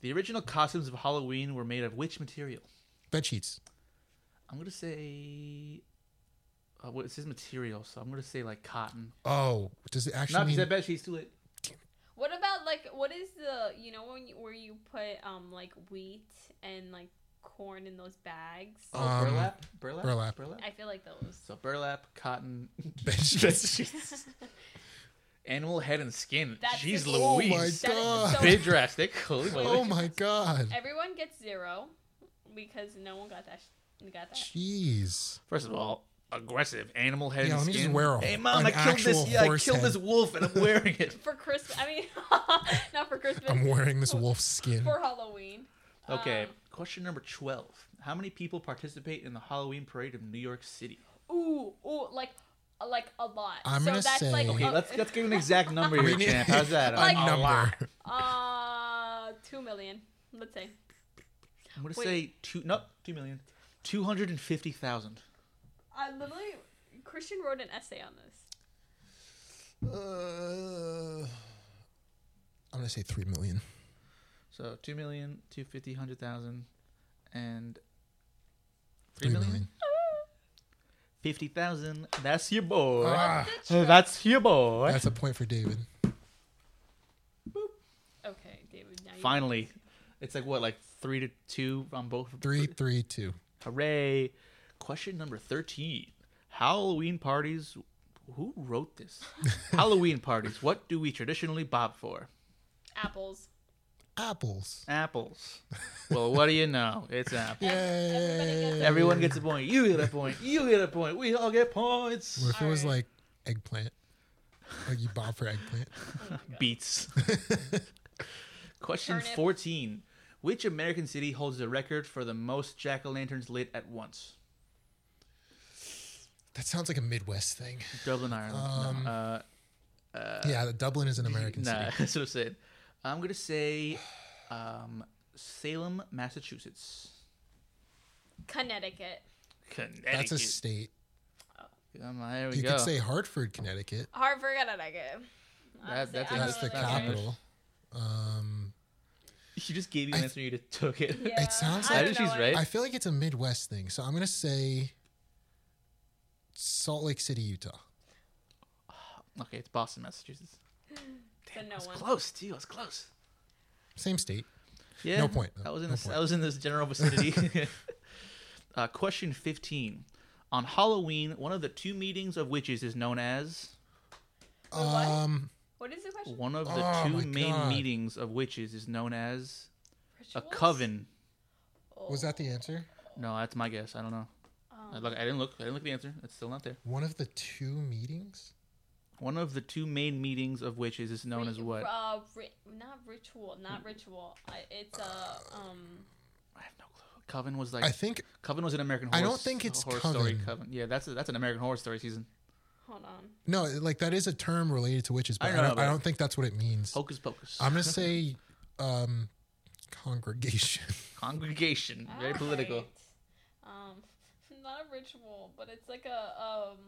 Speaker 1: The original costumes of Halloween were made of which material?
Speaker 2: Bed sheets.
Speaker 1: I'm going to say. Uh, well, it says material, so I'm going to say like cotton.
Speaker 2: Oh, does it actually
Speaker 1: Not
Speaker 2: mean
Speaker 1: because I bet she's too late.
Speaker 3: What about like what is the you know when you, where you put um like wheat and like corn in those bags?
Speaker 1: Oh,
Speaker 2: Um,
Speaker 1: burlap? Burlap?
Speaker 2: burlap.
Speaker 3: I feel like those.
Speaker 1: So burlap,
Speaker 2: (laughs)
Speaker 1: cotton,
Speaker 2: bed sheets?
Speaker 1: (laughs) animal head and skin.
Speaker 3: That's
Speaker 1: Jeez
Speaker 3: the-
Speaker 2: Oh my
Speaker 1: Louise.
Speaker 3: That is
Speaker 2: God.
Speaker 3: so-
Speaker 1: Bit drastic. Holy moly.
Speaker 2: Oh my god.
Speaker 3: Everyone gets zero because no one got that. Sh- got that.
Speaker 2: Jeez.
Speaker 1: First of all, aggressive animal head
Speaker 2: Yeah,
Speaker 1: and
Speaker 2: let me
Speaker 1: skin.
Speaker 2: just wear a-
Speaker 1: hey mom,
Speaker 2: an
Speaker 1: I killed
Speaker 2: actual
Speaker 1: this. Yeah, I
Speaker 2: horse
Speaker 1: killed
Speaker 2: head.
Speaker 1: this wolf and I'm wearing
Speaker 3: (laughs)
Speaker 1: it.
Speaker 3: For Christmas, I mean, not for Christmas.
Speaker 2: I'm wearing this wolf skin.
Speaker 3: for Halloween.
Speaker 1: Okay,
Speaker 3: Um,
Speaker 1: question number 12. How many people participate in the Halloween parade of New York City?
Speaker 3: Ooh, ooh, like, like a lot.
Speaker 2: I'm
Speaker 3: so
Speaker 2: gonna
Speaker 3: that's
Speaker 2: say-
Speaker 3: like,
Speaker 1: Okay,
Speaker 3: uh,
Speaker 1: let's let's give an exact number
Speaker 2: We
Speaker 1: here,
Speaker 2: need
Speaker 1: champ. How's that?
Speaker 2: a
Speaker 1: I'm,
Speaker 3: a
Speaker 2: number.
Speaker 1: lot.
Speaker 3: (laughs) uh, two million. Let's say
Speaker 1: I'm gonna
Speaker 3: Wait.
Speaker 1: say two. No, two million. Two hundred and fifty thousand.
Speaker 3: I literally Christian wrote an essay on this.
Speaker 2: Uh, I'm gonna say three million.
Speaker 1: So two million, two fifty, hundred thousand, and
Speaker 2: Three
Speaker 1: three
Speaker 2: million.
Speaker 1: million. Fifty thousand. That's your boy.
Speaker 2: Ah,
Speaker 3: That's
Speaker 1: Hey, That's your boy.
Speaker 2: that's a point for David.
Speaker 3: okay, David. Now you
Speaker 1: Finally, it's like what, like three to two on both.
Speaker 2: Three, three, two.
Speaker 1: Hooray! Question number thirteen: Halloween parties. Who wrote this? Halloween parties. What do we traditionally bob for?
Speaker 3: apples.
Speaker 2: Apples.
Speaker 1: Apples. Well, what do you know? It's
Speaker 2: (laughs)
Speaker 1: apples.
Speaker 3: Everybody gets
Speaker 2: Yay.
Speaker 3: it.
Speaker 1: Everyone gets a point. You get a point. You get a point. We all get points.
Speaker 2: What if it was
Speaker 3: Alright.
Speaker 2: like eggplant? Like you bob for eggplant.
Speaker 1: Beats. (laughs) Question
Speaker 3: Turnip.
Speaker 1: 14. Which American city holds the record for the most jack o' lanterns lit at once?
Speaker 2: That sounds like a Midwest thing.
Speaker 1: Dublin, Ireland.
Speaker 2: Um,
Speaker 1: no. uh,
Speaker 2: yeah,
Speaker 1: (laughs)
Speaker 2: Dublin is an American
Speaker 1: nah,
Speaker 2: city.
Speaker 1: that's what I'm saying. I'm going to say um, Salem, Massachusetts.
Speaker 3: Connecticut.
Speaker 1: Connecticut.
Speaker 2: That's a state.
Speaker 1: Come on, there we
Speaker 2: You
Speaker 1: go.
Speaker 2: could say Hartford, Connecticut.
Speaker 3: Hartford, Connecticut.
Speaker 1: That- that's
Speaker 3: I
Speaker 1: a-
Speaker 3: don't
Speaker 2: That's the
Speaker 1: that's
Speaker 3: really care.
Speaker 1: Irish.
Speaker 2: capital. Um,
Speaker 1: she just gave (laughs) you an answer. You just took it.
Speaker 3: Yeah,
Speaker 2: It sounds
Speaker 3: I
Speaker 1: like-
Speaker 3: don't
Speaker 1: She's
Speaker 3: know
Speaker 1: right.
Speaker 2: I feel like it's a Midwest thing, so I'm gonna say Salt Lake City, Utah.
Speaker 1: (laughs) Okay, it's Boston, Massachusetts.
Speaker 3: Then no
Speaker 1: I was
Speaker 3: one.
Speaker 1: close too. I was close.
Speaker 2: Same state.
Speaker 1: Yeah.
Speaker 2: No point,
Speaker 1: I was in
Speaker 2: no
Speaker 1: this. I
Speaker 2: point.
Speaker 1: was in this general
Speaker 2: (laughs)
Speaker 1: vicinity. (laughs) uh, question fifteen. On Halloween, one of the two meetings of witches is known as
Speaker 3: Wait, what?
Speaker 2: Um,
Speaker 3: What is the question?
Speaker 1: one of the
Speaker 2: Oh,
Speaker 1: two
Speaker 2: my
Speaker 1: main
Speaker 2: God.
Speaker 1: meetings of witches is known as a
Speaker 3: Rituals?
Speaker 1: coven.
Speaker 2: was that the answer?
Speaker 1: No, that's my guess. I don't know.
Speaker 3: Um,
Speaker 1: I, look, I didn't look. I didn't look at the answer. It's still not there.
Speaker 2: One of the two meetings?
Speaker 1: One of the two main meetings of witches is known
Speaker 3: Ri-
Speaker 1: as what? I
Speaker 3: Uh, ri- not ritual, not ritual. I- It's a um.
Speaker 1: have no clue. Coven was like
Speaker 2: I think
Speaker 1: Coven was an American.
Speaker 2: I
Speaker 1: Horror
Speaker 2: don't think it's
Speaker 1: horror story.
Speaker 2: Coven.
Speaker 1: Coven. Yeah, that's a, that's an American Horror Story season.
Speaker 3: Hold on.
Speaker 2: no, like that is a term related to witches, but
Speaker 1: I
Speaker 2: I,
Speaker 1: know,
Speaker 2: don't, I
Speaker 1: but-
Speaker 2: don't think that's what it means.
Speaker 1: Hocus Pocus. (laughs)
Speaker 2: I'm gonna say um, congregation. (laughs)
Speaker 1: Congregation. Very political.
Speaker 3: Alright. Um, (laughs) not a ritual, but it's like a um.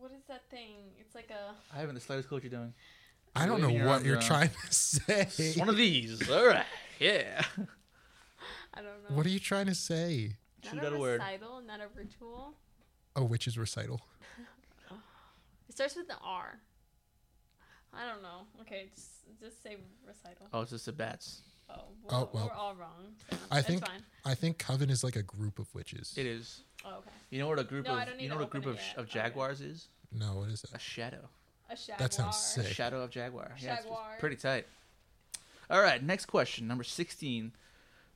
Speaker 3: What is that thing? It's like a.
Speaker 1: I haven't the slightest clue what you're doing.
Speaker 2: I don't know
Speaker 1: Maybe you're
Speaker 2: what
Speaker 1: on
Speaker 2: you're
Speaker 1: your own.
Speaker 2: trying
Speaker 1: (laughs)
Speaker 2: to say.
Speaker 1: One of these. All right. Yeah.
Speaker 3: I don't know.
Speaker 2: What are you trying to say?
Speaker 3: Not
Speaker 1: Shoot
Speaker 3: a
Speaker 1: out a word.
Speaker 3: recital, not a ritual.
Speaker 2: A witch's recital.
Speaker 3: It starts with an R. I don't know. Okay, just just say recital.
Speaker 1: Oh, it's just the bats.
Speaker 3: Oh, we're,
Speaker 2: Oh, well.
Speaker 3: we're all wrong. so
Speaker 2: I
Speaker 3: it's
Speaker 2: think
Speaker 3: Fine.
Speaker 2: I think coven is like a group of witches.
Speaker 1: It is.
Speaker 3: Oh, okay.
Speaker 1: You know what a group
Speaker 3: No, I
Speaker 1: of
Speaker 3: don't need
Speaker 1: you know
Speaker 3: to
Speaker 1: what a group
Speaker 3: open
Speaker 1: of,
Speaker 3: it
Speaker 1: sh-
Speaker 3: yet.
Speaker 1: of
Speaker 3: Okay.
Speaker 1: jaguars is?
Speaker 2: no, what is
Speaker 1: A
Speaker 2: that?
Speaker 1: shadow.
Speaker 3: A shaguar.
Speaker 2: That sounds sick.
Speaker 1: Shadow of jaguar. Yeah, it's- it's
Speaker 3: Jaguar.
Speaker 1: pretty tight. All right. Next question, number sixteen.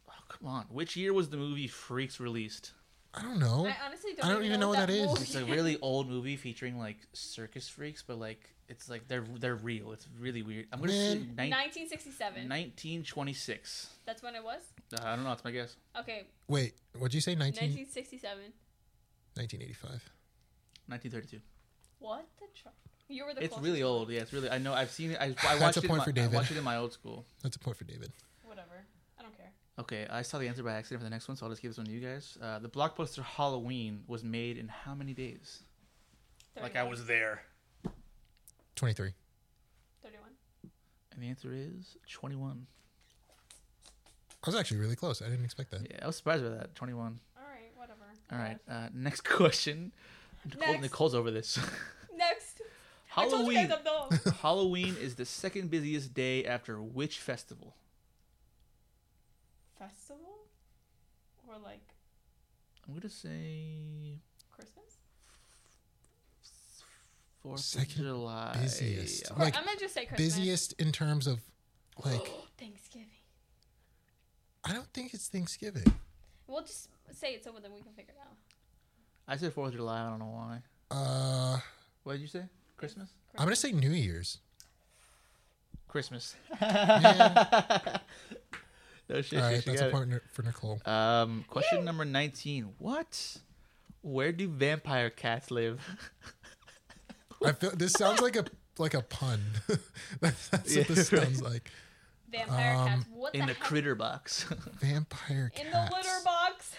Speaker 1: Oh, come on. Which year was the movie Freaks
Speaker 3: (laughs)
Speaker 1: released?
Speaker 2: I don't know.
Speaker 3: I honestly don't,
Speaker 2: I don't even know what that is.
Speaker 3: movie
Speaker 1: It's a really old movie featuring like circus freaks, but like it's like they're they're real. It's really weird. I'm gonna say
Speaker 2: Man.
Speaker 1: nine-
Speaker 3: 1967.
Speaker 1: 1926.
Speaker 3: That's when it was.
Speaker 1: Uh, I don't know. That's my guess.
Speaker 3: Okay,
Speaker 2: Wait, what'd you say? 19,
Speaker 3: 1967.
Speaker 2: 1985.
Speaker 1: 1932.
Speaker 3: What the tr- You were the.
Speaker 1: It's
Speaker 3: closest
Speaker 1: really
Speaker 3: one.
Speaker 1: old. Yeah, it's really. I know. I've seen it.
Speaker 2: (laughs)
Speaker 1: I, I
Speaker 2: That's
Speaker 1: watched
Speaker 2: a
Speaker 1: it. in
Speaker 2: point
Speaker 1: my,
Speaker 2: for
Speaker 1: I
Speaker 2: David.
Speaker 1: watched it in my old school.
Speaker 2: That's a point for David.
Speaker 3: Whatever. I don't care.
Speaker 1: Okay, I saw the answer by accident for the next one, so I'll just give this one to you guys. Uh, the blockbuster Halloween was made in how many days?
Speaker 3: 31.
Speaker 1: there.
Speaker 2: 23.
Speaker 3: 31.
Speaker 1: And the answer is 21.
Speaker 2: I was actually really close. I didn't expect that.
Speaker 1: Yeah, I was surprised by that. 21.
Speaker 3: All right, whatever.
Speaker 1: All right. Uh, next (laughs) question. Nicole,
Speaker 3: Next.
Speaker 1: Nicole's over
Speaker 3: (laughs)
Speaker 1: this.
Speaker 3: (laughs) Next. I told you
Speaker 1: Halloween. (laughs)
Speaker 3: guys I'm dumb.
Speaker 1: Halloween is the second busiest day after which festival?
Speaker 3: Festival? Or like
Speaker 1: I'm gonna say
Speaker 3: Christmas?
Speaker 1: Fourth
Speaker 2: Second
Speaker 1: of July.
Speaker 2: busiest.
Speaker 3: Or
Speaker 2: Like,
Speaker 3: I'm going to just say Christmas.
Speaker 2: Busiest in terms of, like,
Speaker 3: (gasps) Thanksgiving.
Speaker 2: I don't think it's Thanksgiving.
Speaker 3: We'll just say it so that we can figure it out.
Speaker 1: I said Fourth of July. I don't know why.
Speaker 2: Uh,
Speaker 1: What did you say? Christmas.
Speaker 2: I'm gonna say New Year's.
Speaker 1: Christmas.
Speaker 2: (laughs)
Speaker 1: (laughs)
Speaker 2: Yeah.
Speaker 1: no shit.
Speaker 2: All right,
Speaker 1: shit, she
Speaker 2: that's
Speaker 1: got
Speaker 2: a
Speaker 1: it.
Speaker 2: point for Nicole.
Speaker 1: Um, question number nineteen. What? Where do vampire cats live? (laughs)
Speaker 2: I feel this sounds like a like a pun. (laughs) that's that's what this
Speaker 1: Yeah, right.
Speaker 2: sounds like.
Speaker 3: Vampire cats.
Speaker 2: Um,
Speaker 3: What
Speaker 1: In
Speaker 3: the
Speaker 1: the
Speaker 3: heck?
Speaker 1: critter box. (laughs)
Speaker 2: Vampire cats.
Speaker 3: In the litter box.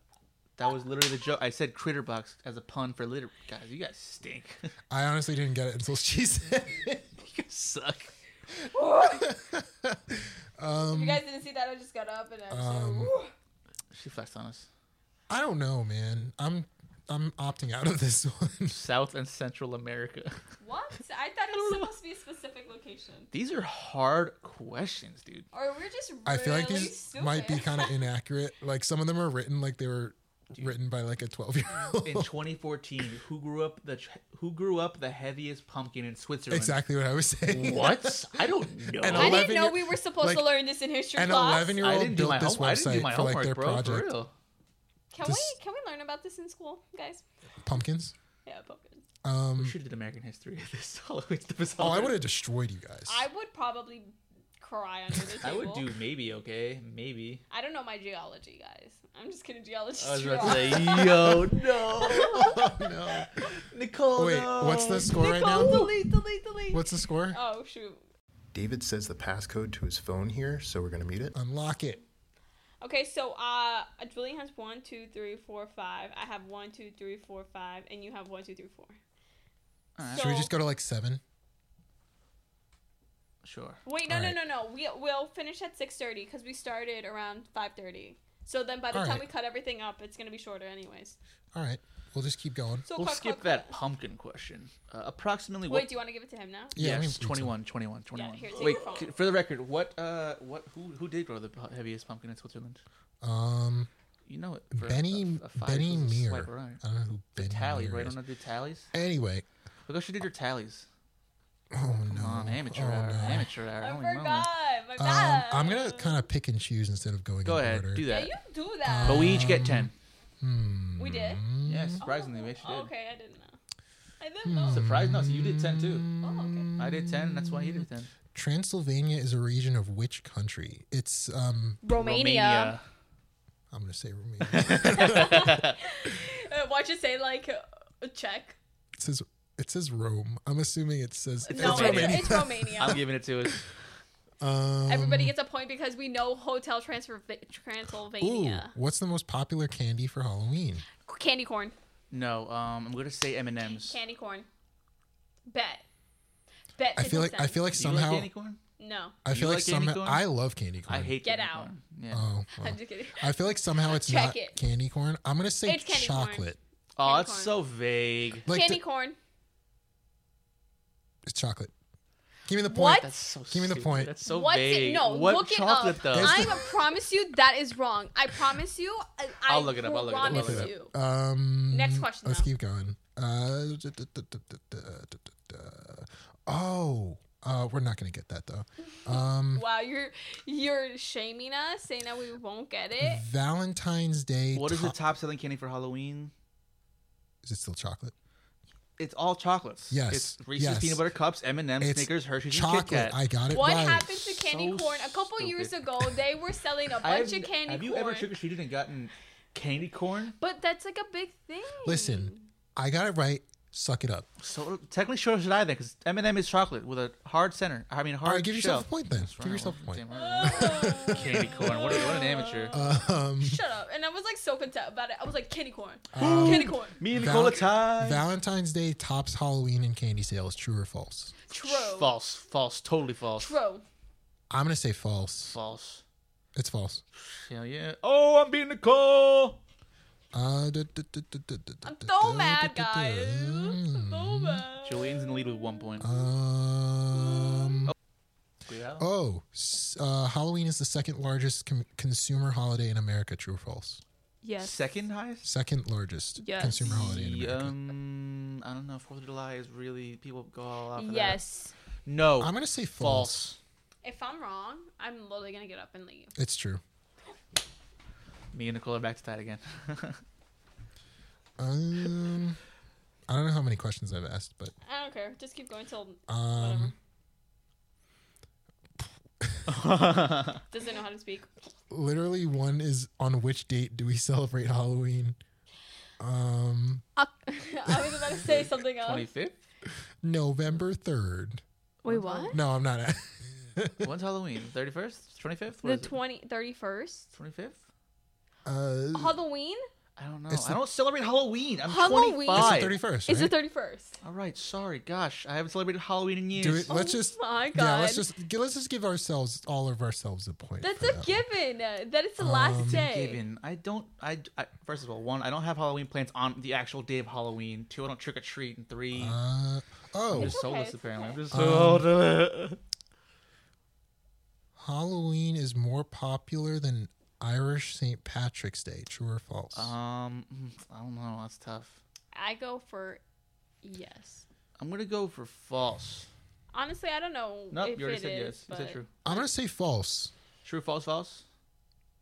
Speaker 2: (laughs)
Speaker 1: that was literally the joke. I said critter box as a pun for litter. Guys, you guys stink. (laughs) you
Speaker 2: I honestly didn't get it until she (laughs) said. it.
Speaker 1: guys suck.
Speaker 3: If you guys didn't see that, I just got up and I was
Speaker 2: um,
Speaker 3: like, "Ooh."
Speaker 1: She flexed on us.
Speaker 2: I don't know, man. I'm I'm opting out of this (laughs) one.
Speaker 1: South and Central America. (laughs)
Speaker 3: What? I thought it was supposed to be a specific location.
Speaker 1: These are hard questions, dude.
Speaker 3: Or we're just really
Speaker 2: I feel like these
Speaker 3: stupid.
Speaker 2: might be kind of inaccurate. Like some of them are written like they were written by like a 12 year (laughs)
Speaker 1: In
Speaker 2: old.
Speaker 1: 2014, who grew up the who grew up the heaviest pumpkin in Switzerland?
Speaker 2: exactly what I was saying. (laughs)
Speaker 1: What? I don't know.
Speaker 2: And
Speaker 3: (laughs) I didn't
Speaker 2: 11
Speaker 3: know
Speaker 2: year-
Speaker 3: we were supposed
Speaker 2: like,
Speaker 3: to learn this in history
Speaker 2: An
Speaker 3: class.
Speaker 2: 11 year
Speaker 1: I
Speaker 2: old
Speaker 1: didn't do
Speaker 2: built
Speaker 1: my home-
Speaker 2: this
Speaker 1: I didn't do my
Speaker 2: website for like
Speaker 1: homework,
Speaker 2: their
Speaker 1: bro. For
Speaker 2: project.
Speaker 1: real.
Speaker 3: Can
Speaker 2: This-
Speaker 3: we can we learn about this in school, guys?
Speaker 2: Pumpkins.
Speaker 3: Yeah, pumpkins.
Speaker 1: We
Speaker 2: Um,
Speaker 1: should have did American history this (laughs) Halloween. This
Speaker 2: oh, I
Speaker 1: Halloween.
Speaker 2: would have destroyed you guys.
Speaker 3: I
Speaker 2: (laughs)
Speaker 3: would probably cry under the
Speaker 1: (laughs) I
Speaker 3: table.
Speaker 1: would do maybe okay,
Speaker 2: (laughs)
Speaker 1: maybe.
Speaker 3: I don't know my geology, guys. I'm just kidding. Geology.
Speaker 1: I was about to
Speaker 3: (laughs)
Speaker 1: say, yo, no, (laughs)
Speaker 2: oh, no.
Speaker 1: Nicole.
Speaker 2: Wait,
Speaker 1: no.
Speaker 3: Oh,
Speaker 2: what's the score right now?
Speaker 3: delete, delete, delete.
Speaker 2: What's the score?
Speaker 3: Oh shoot.
Speaker 5: David says the passcode to his phone here, so we're going to mute it.
Speaker 2: Unlock it.
Speaker 3: Okay, so uh, Julian has one, two, three, four, five. I have one, two, three, four, five, and you have one, two, three, four.
Speaker 1: Alright.
Speaker 2: Should we just go to like seven?
Speaker 1: Sure.
Speaker 3: Wait, no,
Speaker 2: Alright.
Speaker 3: no, no, no. We we'll finish at six thirty because we started around five thirty. So then by the time
Speaker 2: Alright.
Speaker 3: we cut everything up, it's gonna be shorter anyways.
Speaker 2: All right. We'll just keep going.
Speaker 3: So
Speaker 1: We'll
Speaker 3: quick,
Speaker 1: skip
Speaker 3: quick,
Speaker 1: that
Speaker 3: quick.
Speaker 1: pumpkin question. Uh, approximately what?
Speaker 3: Wait, do you want to give it to him now?
Speaker 2: Yeah, I mean,
Speaker 1: yes, 21, 21, 21.
Speaker 3: here, take
Speaker 1: Wait,
Speaker 3: your phone.
Speaker 1: c- for the record, what uh, what who who did grow the pu- heaviest pumpkin in Switzerland?
Speaker 2: Um,
Speaker 1: You know it. for a-
Speaker 2: Benny
Speaker 1: a- a five
Speaker 2: Benny
Speaker 1: was a
Speaker 2: Meir.
Speaker 1: swipe right.
Speaker 2: I don't know who Benny
Speaker 1: Tally,
Speaker 2: Meir
Speaker 1: right?
Speaker 2: is.
Speaker 1: Don't do tallies.
Speaker 2: Anyway,
Speaker 1: Look, I should did your tallies.
Speaker 2: oh no,
Speaker 1: Come on, amateur
Speaker 2: oh,
Speaker 1: hour,
Speaker 2: no.
Speaker 1: amateur hour.
Speaker 3: I
Speaker 1: Holy
Speaker 3: forgot.
Speaker 1: moly.
Speaker 3: My
Speaker 2: Um,
Speaker 3: bad.
Speaker 2: I'm gonna kind of pick and choose instead of going.
Speaker 1: Go
Speaker 2: in
Speaker 1: ahead,
Speaker 2: order.
Speaker 1: do
Speaker 3: Yeah,
Speaker 1: that.
Speaker 3: you do that.
Speaker 1: But we each get ten.
Speaker 3: we did.
Speaker 2: Mm.
Speaker 1: Yeah,
Speaker 3: Oh,
Speaker 1: surprisingly, we actually did.
Speaker 3: okay, I didn't know. I
Speaker 2: Hmm.
Speaker 3: didn't know.
Speaker 1: Surprised? No, so you did ten too.
Speaker 3: Oh, okay.
Speaker 1: I did ten. That's why he did ten.
Speaker 2: Transylvania is a region of which country? It's um,
Speaker 3: (laughs) Romania.
Speaker 2: I'm gonna
Speaker 1: (laughs)
Speaker 2: say Romania.
Speaker 3: (laughs) Uh, watch it say like uh, Czech.
Speaker 2: it says it says Rome. I'm assuming it says it's
Speaker 3: no,
Speaker 1: Romania.
Speaker 3: it's, it's Romania.
Speaker 2: (laughs)
Speaker 1: I'm giving it to us.
Speaker 2: Um,
Speaker 3: Everybody gets a point because we know Hotel Transfer-
Speaker 2: ooh,
Speaker 3: Transylvania.
Speaker 2: what's the most popular candy for Halloween?
Speaker 3: Candy corn.
Speaker 1: No, um, I'm gonna say M and M's.
Speaker 3: Candy corn. Bet. Bet.
Speaker 2: I feel
Speaker 3: 50
Speaker 2: like I
Speaker 3: cents.
Speaker 2: feel like
Speaker 1: Do you like
Speaker 2: somehow
Speaker 1: candy corn?
Speaker 3: No.
Speaker 2: I feel
Speaker 1: You
Speaker 2: like,
Speaker 1: like candy
Speaker 2: somehow
Speaker 1: corn?
Speaker 2: I love candy corn.
Speaker 1: I hate.
Speaker 3: Get
Speaker 1: candy
Speaker 3: out.
Speaker 1: corn. Yeah. Oh,
Speaker 2: Oh, well.
Speaker 3: I'm just kidding.
Speaker 2: I feel like somehow it's
Speaker 3: Check
Speaker 2: not
Speaker 3: it.
Speaker 2: candy corn. I'm gonna say
Speaker 3: It's candy corn.
Speaker 2: chocolate.
Speaker 3: Candy
Speaker 1: that's
Speaker 3: corn.
Speaker 1: so vague.
Speaker 2: Like
Speaker 3: candy
Speaker 2: the-
Speaker 3: corn.
Speaker 2: it's chocolate. Give me the point.
Speaker 3: What?
Speaker 1: That's so.
Speaker 2: Give me the
Speaker 1: stupid.
Speaker 2: point.
Speaker 1: That's so
Speaker 3: What's
Speaker 1: vague.
Speaker 3: it? No,
Speaker 1: what
Speaker 3: look
Speaker 1: chocolate
Speaker 3: it up.
Speaker 1: though?
Speaker 2: There's
Speaker 3: I promise you that is wrong. I promise you. uh, I, I
Speaker 1: I'll look it up, I'll look it up, I'll
Speaker 3: promise
Speaker 2: Look it
Speaker 3: you.
Speaker 2: up. Um,
Speaker 3: Next question,
Speaker 2: Let's
Speaker 3: though.
Speaker 2: keep going. Uh, duh, duh, duh, duh, duh, duh, duh, duh, duh. oh, uh, we're not gonna get that though. Um,
Speaker 3: Wow, you're you're shaming us, saying that we won't get it.
Speaker 2: Valentine's Day.
Speaker 1: What is
Speaker 2: to-
Speaker 1: the top selling candy for Halloween?
Speaker 2: Is it still chocolate?
Speaker 1: It's all chocolates.
Speaker 2: Yes,
Speaker 1: It's Reese's
Speaker 2: yes.
Speaker 1: peanut butter cups, M and M's,
Speaker 2: It's
Speaker 1: Snickers, Hershey's, and Kit
Speaker 2: Chocolate.
Speaker 1: Kat.
Speaker 2: I got it
Speaker 3: What
Speaker 2: right.
Speaker 3: happened to candy
Speaker 1: So
Speaker 3: corn? A couple years
Speaker 1: stupid.
Speaker 3: ago, they were selling a
Speaker 1: (laughs) I
Speaker 3: bunch
Speaker 1: have-
Speaker 3: of candy
Speaker 1: Have
Speaker 3: corn.
Speaker 1: you ever trick or treated and gotten candy corn?
Speaker 3: But that's like a big thing.
Speaker 2: Listen, I got it right. Suck it up.
Speaker 1: So technically, sure should I then, because M and M is chocolate with a hard center. I mean, a hard.
Speaker 2: All right, give
Speaker 1: shell.
Speaker 2: yourself a point then. Give yourself a point.
Speaker 1: Damn right. (laughs) candy corn. What, a- what an amateur.
Speaker 2: Um,
Speaker 3: Oh. Shut up. And I was like so content about it. I was like candy corn,
Speaker 1: Um,
Speaker 3: candy corn.
Speaker 1: Me and
Speaker 2: Val-
Speaker 1: Nicola tie.
Speaker 2: Valentine's Day tops Halloween in candy sales. True or false?
Speaker 3: True.
Speaker 1: false. False. Totally false.
Speaker 3: True.
Speaker 2: I'm gonna say false.
Speaker 1: False.
Speaker 2: It's false.
Speaker 1: Hell yeah. Oh, I'm being Nicole.
Speaker 2: Uh, duh, duh, duh, duh, duh, duh,
Speaker 3: I'm
Speaker 2: duh,
Speaker 3: so
Speaker 2: duh,
Speaker 3: mad,
Speaker 2: duh, duh, duh.
Speaker 3: guys. I'm so mad.
Speaker 1: Julian's in the lead with one point.
Speaker 2: Um.
Speaker 1: Yeah.
Speaker 2: Uh, Oh, s- uh, Halloween is the second largest com- consumer holiday in America. True or false?
Speaker 3: Yes.
Speaker 1: Second highest.
Speaker 2: Second largest
Speaker 3: Yes.
Speaker 2: consumer holiday in America.
Speaker 1: Um, I don't know. Fourth of July is really people go all out for
Speaker 3: Yes.
Speaker 1: that. No.
Speaker 2: I'm gonna say
Speaker 1: false.
Speaker 2: false.
Speaker 3: If I'm wrong, I'm literally gonna get up and leave.
Speaker 2: It's true.
Speaker 1: Me and Nicole are back to that again.
Speaker 2: Um, I don't know how many questions I've asked, but
Speaker 3: I don't care. Just keep going till
Speaker 2: um,
Speaker 3: doesn't know how to speak.
Speaker 2: literally one is on which date do we (laughs) celebrate Halloween? Um,
Speaker 3: (laughs) I was (laughs) about to say something else.
Speaker 1: Twenty fifth.
Speaker 2: November third.
Speaker 3: Wait, what?
Speaker 2: No, I'm not.
Speaker 1: When's Halloween? Thirty first. Twenty fifth.
Speaker 3: The 20, 31st?
Speaker 1: Twenty fifth.
Speaker 2: (laughs) Uh,
Speaker 3: Halloween
Speaker 1: I don't know.
Speaker 2: It's
Speaker 1: I
Speaker 2: the-
Speaker 1: don't celebrate Halloween. I'm
Speaker 3: Halloween?
Speaker 1: 25.
Speaker 2: thirty first.
Speaker 3: is
Speaker 2: Right?
Speaker 3: the 31st.
Speaker 1: All right, sorry. Gosh, I haven't celebrated Halloween in years.
Speaker 2: Do it. Let's
Speaker 3: Oh
Speaker 2: just.
Speaker 3: my
Speaker 2: Yeah,
Speaker 3: God.
Speaker 2: let's just gi- let's just give ourselves all of ourselves a point.
Speaker 3: That's
Speaker 2: for
Speaker 3: a
Speaker 2: that one.
Speaker 3: given. uh, That it's the last day.
Speaker 1: Given, I don't. I, I- first of all, one, I don't have Halloween plans on the actual day of Halloween. Two, I don't trick or treat. And three,
Speaker 2: Uh,
Speaker 1: I'm
Speaker 2: oh,
Speaker 1: just soulless
Speaker 3: okay,
Speaker 1: apparently.
Speaker 3: it's
Speaker 1: I'm
Speaker 2: Um,
Speaker 1: just so
Speaker 2: (laughs)
Speaker 1: old.
Speaker 2: Halloween is more popular than Irish St. Patrick's Day. True or false?
Speaker 1: um, I don't know. That's tough.
Speaker 3: I go for yes.
Speaker 1: I'm gonna go for false.
Speaker 3: Honestly, I don't know
Speaker 1: Nope,
Speaker 3: if
Speaker 1: you already
Speaker 3: it
Speaker 1: said
Speaker 3: is,
Speaker 1: yes. You said
Speaker 3: but-
Speaker 1: true.
Speaker 2: I'm gonna say false.
Speaker 1: True, false, false.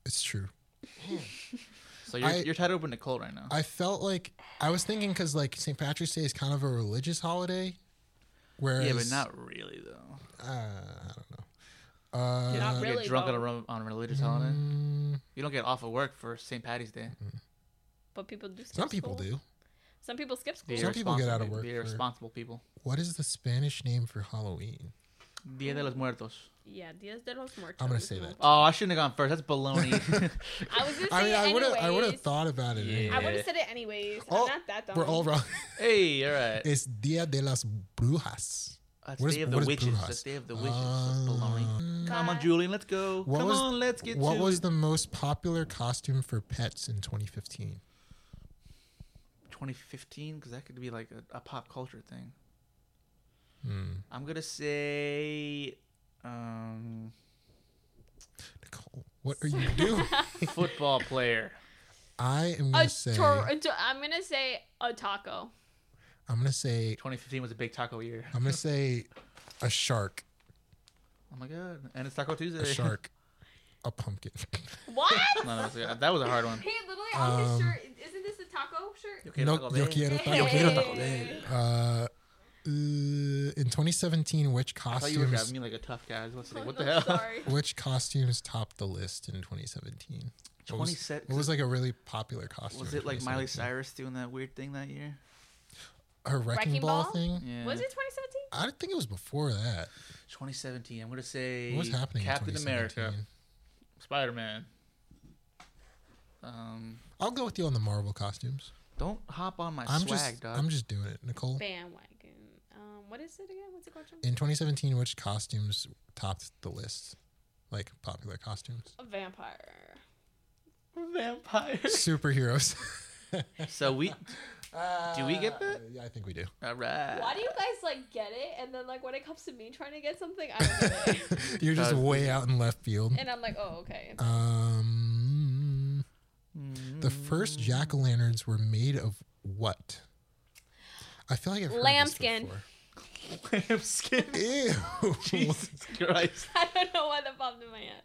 Speaker 2: It's true.
Speaker 1: So you're,
Speaker 2: I-
Speaker 1: you're tied up with Nicole right now.
Speaker 2: I felt like I was thinking because like St. Patrick's Day is kind of a religious holiday, whereas
Speaker 1: yeah, but not really though.
Speaker 2: Uh, I don't know. Um, Uh,
Speaker 1: You
Speaker 3: Not
Speaker 1: don't
Speaker 3: really,
Speaker 1: Get drunk on
Speaker 3: though.
Speaker 1: a, ro- on a religious holiday. You don't get off of work for St. Patty's Day.
Speaker 3: But people do. Skip
Speaker 2: some people
Speaker 3: school.
Speaker 2: do.
Speaker 3: Some people skip school.
Speaker 1: Be
Speaker 2: Some people get
Speaker 1: irresponsible-
Speaker 2: out of work
Speaker 1: Be
Speaker 2: for-
Speaker 1: irresponsible people.
Speaker 2: What is the Spanish name for Halloween?
Speaker 1: Dia de los Muertos.
Speaker 3: Yeah, Diaz de los Muertos.
Speaker 2: I'm gonna say that.
Speaker 1: Oh, I shouldn't have gone first. That's
Speaker 2: (laughs)
Speaker 1: baloney. (laughs)
Speaker 3: I was gonna say
Speaker 2: I mean,
Speaker 3: it
Speaker 2: I would have,
Speaker 3: anyways.
Speaker 2: I would have thought about it.
Speaker 1: Yeah.
Speaker 3: I
Speaker 2: Anyway.
Speaker 3: would have said it anyways.
Speaker 2: Oh,
Speaker 3: I'm not that dumb.
Speaker 2: We're all wrong. (laughs)
Speaker 1: hey, all right.
Speaker 2: it's Dia de las Brujas.
Speaker 1: That's
Speaker 2: what is-
Speaker 1: Day of the
Speaker 2: what is
Speaker 1: Witches.
Speaker 2: Brujas? Ah.
Speaker 1: That's Day of the Witches. That's baloney. Come on,
Speaker 3: God.
Speaker 1: Julian. Let's go.
Speaker 2: What
Speaker 1: Come
Speaker 2: was,
Speaker 1: on, let's get
Speaker 2: What
Speaker 1: to
Speaker 2: was
Speaker 1: it.
Speaker 2: the most popular costume for pets in 2015?
Speaker 1: 2015 because that could be like a, a pop culture thing.
Speaker 2: Hmm.
Speaker 1: I'm gonna say um, (laughs)
Speaker 2: Nicole, what are you
Speaker 3: (laughs)
Speaker 2: doing?
Speaker 1: football player.
Speaker 2: I am
Speaker 3: A
Speaker 2: gonna say
Speaker 3: tor- a to- I'm gonna say a taco.
Speaker 2: I'm gonna say
Speaker 1: 2015 was a big taco year.
Speaker 2: I'm gonna say a shark,
Speaker 1: Oh my god! And it's Taco (laughs) Tuesday.
Speaker 2: a shark, a pumpkin.
Speaker 3: (laughs) What?
Speaker 1: no, no, it's- that was a hard one.
Speaker 3: He literally on his
Speaker 2: Um,
Speaker 3: shirt. Isn't this a taco shirt?
Speaker 1: Okay,
Speaker 2: no,
Speaker 1: taco
Speaker 2: yo
Speaker 1: day.
Speaker 2: quiero taco.
Speaker 3: Yo quiero taco
Speaker 2: Bell. Uh, uh, in 2017, which
Speaker 1: I thought you were
Speaker 2: costumes
Speaker 1: grabbing me like a tough guy. I was about to say,
Speaker 3: (laughs) Oh,
Speaker 1: what
Speaker 3: no,
Speaker 1: the hell?
Speaker 3: Sorry.
Speaker 2: which costumes topped the list in 2017? What was,
Speaker 1: 27
Speaker 2: what was like a really popular costume?
Speaker 1: Was
Speaker 2: in
Speaker 1: it like Miley
Speaker 2: 2017?
Speaker 1: Cyrus doing that weird thing that year?
Speaker 2: Her wrecking,
Speaker 3: Wrecking
Speaker 2: ball,
Speaker 3: Ball?
Speaker 2: thing?
Speaker 1: Yeah.
Speaker 3: Was it 2017?
Speaker 2: I don't think it was before that.
Speaker 1: 2017. I'm gonna say
Speaker 2: What was happening?
Speaker 1: Captain
Speaker 2: in
Speaker 1: America,
Speaker 2: 2017?
Speaker 1: Spider Man. Um,
Speaker 2: I'll go with you on the Marvel costumes.
Speaker 1: don't hop on my
Speaker 2: I'm
Speaker 1: swag,
Speaker 2: just,
Speaker 1: dog. (laughs)
Speaker 2: I'm just doing it, Nicole.
Speaker 3: Bandwagon. Um, what is it again? What's it called? Jim?
Speaker 2: In 2017, which costumes topped the list? Like popular costumes,
Speaker 3: A vampire.
Speaker 1: vampire. (laughs)
Speaker 2: superheroes.
Speaker 1: so we do we get that?
Speaker 2: Uh, yeah, I think we do.
Speaker 1: Uh, All right.
Speaker 3: Why do you guys like get it, and then like when it comes to me trying to get something, I don't get it,
Speaker 2: You're just
Speaker 1: Does-
Speaker 2: way out in left field.
Speaker 3: and I'm like, oh (laughs) okay.
Speaker 2: Um, the first
Speaker 1: Mm.
Speaker 2: jack o' lanterns were made of what? I feel like I've heard this
Speaker 3: Lambskin.
Speaker 2: before.
Speaker 1: (laughs) Lambskin.
Speaker 2: (laughs)
Speaker 1: (laughs)
Speaker 2: Ew.
Speaker 1: Jesus Christ.
Speaker 3: I don't know why that popped in my head.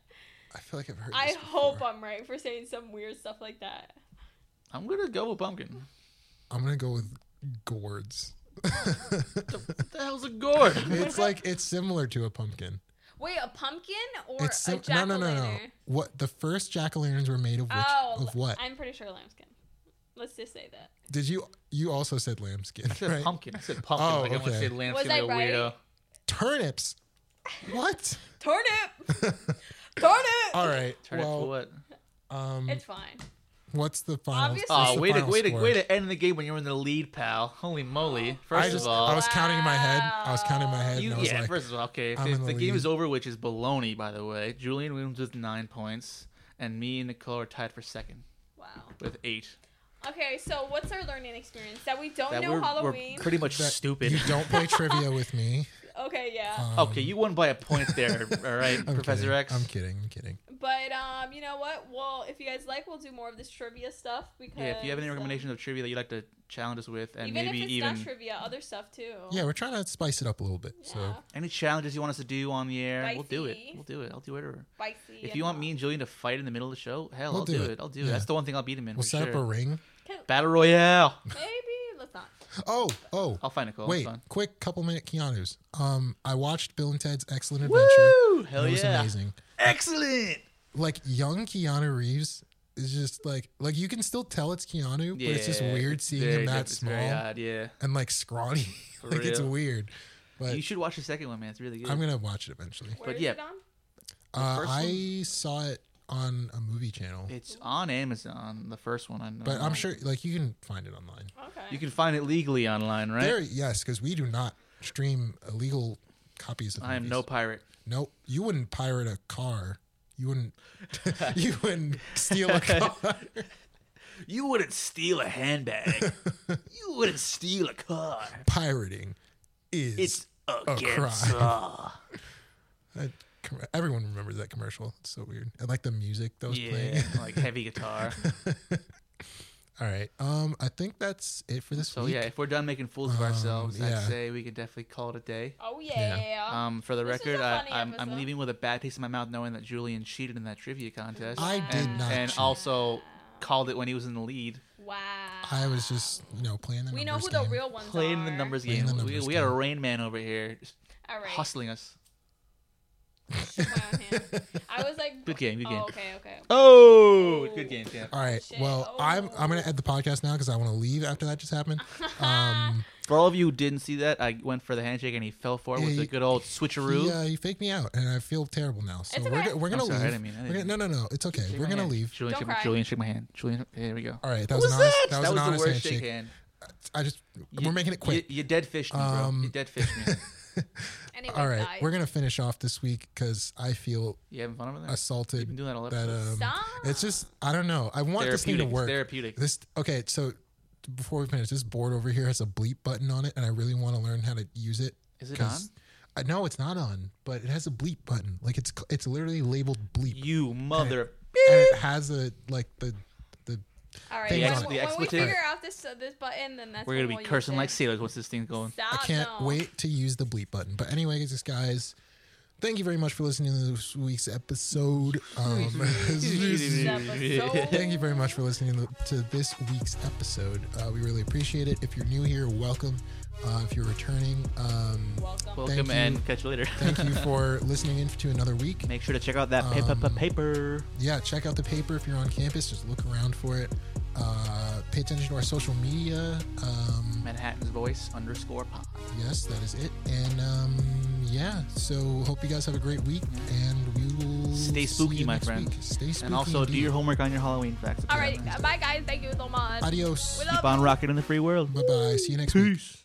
Speaker 2: I feel like I've heard.
Speaker 3: I
Speaker 2: this
Speaker 3: hope
Speaker 2: before.
Speaker 3: I'm right for saying some weird stuff like that.
Speaker 1: I'm gonna go with pumpkin.
Speaker 2: I'm gonna go with
Speaker 3: (laughs)
Speaker 2: gourds.
Speaker 1: What the hell's a gourd?
Speaker 2: it's like it's similar to a pumpkin.
Speaker 3: Wait, a pumpkin or
Speaker 2: It's
Speaker 3: a
Speaker 2: sim-
Speaker 3: jack
Speaker 2: no,
Speaker 3: o'
Speaker 2: no, no, no.
Speaker 3: lantern?
Speaker 2: What the first jack o' lanterns were made of? Which,
Speaker 3: Oh,
Speaker 2: of what?
Speaker 3: I'm pretty sure lambskin. Let's just say that.
Speaker 2: Did you? You also said lambskin,
Speaker 1: I said
Speaker 2: right?
Speaker 1: pumpkin. I said pumpkin.
Speaker 2: Oh,
Speaker 1: like I want
Speaker 2: okay.
Speaker 1: to say lambskin
Speaker 3: Was I
Speaker 1: like a weirdo.
Speaker 3: right?
Speaker 2: Turnips. What? (laughs)
Speaker 3: Turnip. Turnip.
Speaker 1: Um,
Speaker 2: All right.
Speaker 1: Turn it to
Speaker 2: well,
Speaker 1: what?
Speaker 2: um,
Speaker 3: It's fine.
Speaker 2: what's the final?
Speaker 3: Obviously-
Speaker 2: what's
Speaker 1: Oh,
Speaker 2: the
Speaker 1: way to
Speaker 2: final
Speaker 1: way to
Speaker 2: score?
Speaker 1: way to end the game when you're in the lead, pal. Holy
Speaker 3: (gasps)
Speaker 1: moly! First
Speaker 2: I just,
Speaker 1: of all,
Speaker 2: I was counting in my head. I was counting in my head,
Speaker 1: You,
Speaker 2: and I was
Speaker 1: yeah,
Speaker 2: like,
Speaker 1: first of all, okay. If,
Speaker 2: I'm
Speaker 1: if
Speaker 2: in
Speaker 1: the,
Speaker 2: the
Speaker 1: game is
Speaker 2: lead.
Speaker 1: over, which is baloney, by the way, Julian Williams with nine points, and me and Nicole are tied for second
Speaker 3: Wow.
Speaker 1: with eight.
Speaker 3: Okay, so what's our learning experience that we don't
Speaker 1: That
Speaker 3: know
Speaker 1: we're,
Speaker 3: Oh, Halloween?
Speaker 1: (laughs) we're pretty much
Speaker 2: that
Speaker 1: stupid.
Speaker 2: You don't play trivia with me.
Speaker 3: okay, yeah.
Speaker 1: (laughs)
Speaker 2: Um,
Speaker 1: okay, you won by a point there, all right,
Speaker 2: (laughs) I'm
Speaker 1: Professor
Speaker 2: kidding.
Speaker 1: X.
Speaker 2: I'm kidding. I'm kidding.
Speaker 3: But um, you know what? Well, if you guys like, we'll do more of this trivia stuff because
Speaker 1: Yeah, if you have any
Speaker 3: um,
Speaker 1: recommendations of trivia that you'd like to challenge us with, and
Speaker 3: even
Speaker 1: maybe
Speaker 3: if it's
Speaker 1: even
Speaker 3: not trivia, other stuff too.
Speaker 2: Yeah, we're trying to spice it up a little bit. So
Speaker 3: Yeah.
Speaker 1: any challenges you want us to do on the air, we'll do it.
Speaker 3: Spicy.
Speaker 1: We'll do it. I'll do whatever.
Speaker 3: Spicy.
Speaker 1: If
Speaker 3: and uh,
Speaker 1: you want
Speaker 3: hot.
Speaker 1: me and Julian to fight in the middle of the show, hell,
Speaker 2: We'll
Speaker 1: I'll
Speaker 2: do
Speaker 1: do
Speaker 2: it.
Speaker 1: it. I'll do it.
Speaker 2: Yeah.
Speaker 1: That's the one thing I'll beat him in.
Speaker 2: we'll
Speaker 1: for
Speaker 2: set up a
Speaker 1: sure.
Speaker 2: ring.
Speaker 3: Can-
Speaker 1: battle royale.
Speaker 3: maybe let's not.
Speaker 2: Oh, oh.
Speaker 1: I'll find Nicole.
Speaker 2: Wait,
Speaker 1: it's fine.
Speaker 2: quick couple minute Keanu's. Um, I watched Bill and Ted's Excellent Adventure.
Speaker 1: Woo! Hell
Speaker 2: it was
Speaker 1: yeah!
Speaker 2: amazing.
Speaker 1: Excellent.
Speaker 2: Like young Keanu Reeves is just like like you can still tell it's Keanu, but it's just
Speaker 1: Yeah,
Speaker 2: weird
Speaker 1: it's
Speaker 2: seeing
Speaker 1: very
Speaker 2: him
Speaker 1: diff-
Speaker 2: that
Speaker 1: it's very
Speaker 2: small
Speaker 1: odd, yeah.
Speaker 2: and like scrawny. (laughs) like it's
Speaker 1: real.
Speaker 2: weird. But
Speaker 1: you should watch the second one, man. It's really good.
Speaker 2: I'm gonna watch it eventually.
Speaker 3: Where is
Speaker 1: yeah.
Speaker 3: it on?
Speaker 2: Uh,
Speaker 1: first
Speaker 2: I saw it on a movie channel,
Speaker 1: It's on Amazon, the first one. I know.
Speaker 2: but I'm sure like you can find it online.
Speaker 3: Okay.
Speaker 1: you can find it legally online, right?
Speaker 2: There, yes, because we do not stream illegal copies of.
Speaker 1: I am
Speaker 2: movies.
Speaker 1: no pirate.
Speaker 2: Nope. You wouldn't pirate a car. You wouldn't. (laughs) you wouldn't steal
Speaker 1: (laughs)
Speaker 2: a car.
Speaker 1: You wouldn't steal a
Speaker 2: (laughs)
Speaker 1: handbag. you wouldn't steal a car.
Speaker 2: Pirating is.
Speaker 1: It's
Speaker 2: against
Speaker 1: against
Speaker 2: crime. (laughs)
Speaker 1: law.
Speaker 2: that com- everyone remembers that commercial. It's so weird. I like the music that was
Speaker 1: Yeah,
Speaker 2: playing.
Speaker 1: like heavy guitar.
Speaker 2: (laughs) All right. Um, I think that's it for this
Speaker 1: So
Speaker 2: week.
Speaker 1: yeah, if we're done making fools of
Speaker 2: Um,
Speaker 1: ourselves, I'd
Speaker 2: yeah.
Speaker 1: say we could definitely call it a day.
Speaker 3: Oh yeah.
Speaker 1: Um, for the
Speaker 3: This was
Speaker 1: record,
Speaker 3: a
Speaker 1: I,
Speaker 3: funny
Speaker 1: I'm, I'm
Speaker 3: episode.
Speaker 1: leaving with a bad taste in my mouth, knowing that Julian cheated in that trivia contest.
Speaker 2: I did
Speaker 1: and,
Speaker 2: not
Speaker 1: and
Speaker 2: cheat.
Speaker 1: also called it when he was in the lead.
Speaker 3: wow.
Speaker 2: I was just you know playing the.
Speaker 3: we know
Speaker 2: numbers
Speaker 3: who the
Speaker 2: game.
Speaker 3: real ones are.
Speaker 1: Playing the numbers
Speaker 2: Playing
Speaker 1: game.
Speaker 2: the
Speaker 1: we,
Speaker 2: numbers
Speaker 1: we had a
Speaker 2: game.
Speaker 1: rain man over here just
Speaker 3: All right.
Speaker 1: hustling us.
Speaker 3: Shit on him. I was like.
Speaker 1: Good game, good game.
Speaker 3: Oh, okay. Okay.
Speaker 1: Oh, good game, Tim.
Speaker 2: All right.
Speaker 3: Shit.
Speaker 2: Well, I'm I'm gonna end the podcast now because I want to leave after that just
Speaker 3: (laughs)
Speaker 2: happened. Um,
Speaker 1: For all of you who didn't see that, I went for the handshake and he fell for it with
Speaker 2: Yeah,
Speaker 1: the
Speaker 2: you-
Speaker 1: good old
Speaker 2: he,
Speaker 1: switcheroo.
Speaker 2: uh, he faked me out, and I feel terrible now. So
Speaker 3: It's
Speaker 2: we're
Speaker 3: okay.
Speaker 2: go- we're gonna
Speaker 1: I'm sorry, I
Speaker 2: leave.
Speaker 1: didn't mean- I
Speaker 2: We're
Speaker 1: didn't
Speaker 2: gonna- no, no, no. It's okay.
Speaker 1: Shake
Speaker 2: we're
Speaker 1: my
Speaker 2: gonna
Speaker 1: hand.
Speaker 2: leave.
Speaker 1: Julian,
Speaker 3: Don't
Speaker 1: shake, my-
Speaker 3: cry.
Speaker 1: Julian, shake my hand. Julian, here we go.
Speaker 2: All right. That
Speaker 1: What
Speaker 2: was, an honest. That, was, an
Speaker 1: the
Speaker 2: honest
Speaker 1: worst
Speaker 2: handshake.
Speaker 1: shake hand.
Speaker 2: I just
Speaker 1: You-
Speaker 2: we're making it quick.
Speaker 1: You, you dead fish me, bro.
Speaker 2: Um,
Speaker 1: you dead fish
Speaker 2: (laughs)
Speaker 1: me.
Speaker 3: Anyway,
Speaker 2: All right,
Speaker 3: guys.
Speaker 2: we're gonna finish off this week because I feel
Speaker 1: You having fun over there? You've been
Speaker 2: assaulted.
Speaker 1: doing that all
Speaker 2: That
Speaker 1: episode.
Speaker 2: um,
Speaker 3: Stop.
Speaker 2: it's just I don't know. I want this thing to
Speaker 1: Therapeutic.
Speaker 2: work.
Speaker 1: Therapeutic.
Speaker 2: This okay. So before we finish, this board over here has a bleep button on it, and I really want to learn how to use it.
Speaker 1: Is it
Speaker 2: 'cause- I, no, it's not on, but it has a bleep button. Like it's cl- it's literally labeled bleep,
Speaker 1: You mother.
Speaker 2: and it has a like the the
Speaker 3: All right.
Speaker 2: Things
Speaker 3: When,
Speaker 2: on it.
Speaker 3: when,
Speaker 1: The
Speaker 3: we
Speaker 1: expletive.
Speaker 3: figure out this uh, this button, then that's
Speaker 1: We're
Speaker 3: when
Speaker 1: gonna be
Speaker 3: we'll use
Speaker 1: cursing
Speaker 3: it.
Speaker 1: like sailors once this thing's going.
Speaker 3: Stop,
Speaker 2: I can't
Speaker 3: no.
Speaker 2: wait to use the bleep button. But anyways, guys, thank you very much for listening to this week's episode. Um,
Speaker 1: (laughs)
Speaker 3: Episode.
Speaker 2: Thank you very much for listening to this week's episode. Uh, we really appreciate it. If you're new here, welcome. Uh, if you're returning, um,
Speaker 3: Welcome.
Speaker 2: Thank
Speaker 1: Welcome
Speaker 2: you.
Speaker 1: and catch you later. (laughs)
Speaker 2: thank you for listening in to another week.
Speaker 1: Make sure to check out that
Speaker 2: Um,
Speaker 1: paper. paper.
Speaker 2: Yeah, check out the paper if you're on campus. Just look around for it. Uh, pay attention to our social media. Um,
Speaker 1: Manhattan's voice underscore pop.
Speaker 2: yes, that is it. And um, yeah, so hope you guys have a great week, and we will
Speaker 1: Stay
Speaker 2: see
Speaker 1: spooky,
Speaker 2: you
Speaker 1: my
Speaker 2: next
Speaker 1: friend.
Speaker 2: week. Stay spooky.
Speaker 1: And also do
Speaker 2: indeed.
Speaker 1: your homework on your Halloween facts.
Speaker 3: All right. Bye, guys. Thank you so much.
Speaker 2: Adios.
Speaker 3: We love
Speaker 2: Bye
Speaker 1: Keep on rocking in the free world.
Speaker 2: bye. See you next week.
Speaker 1: Peace.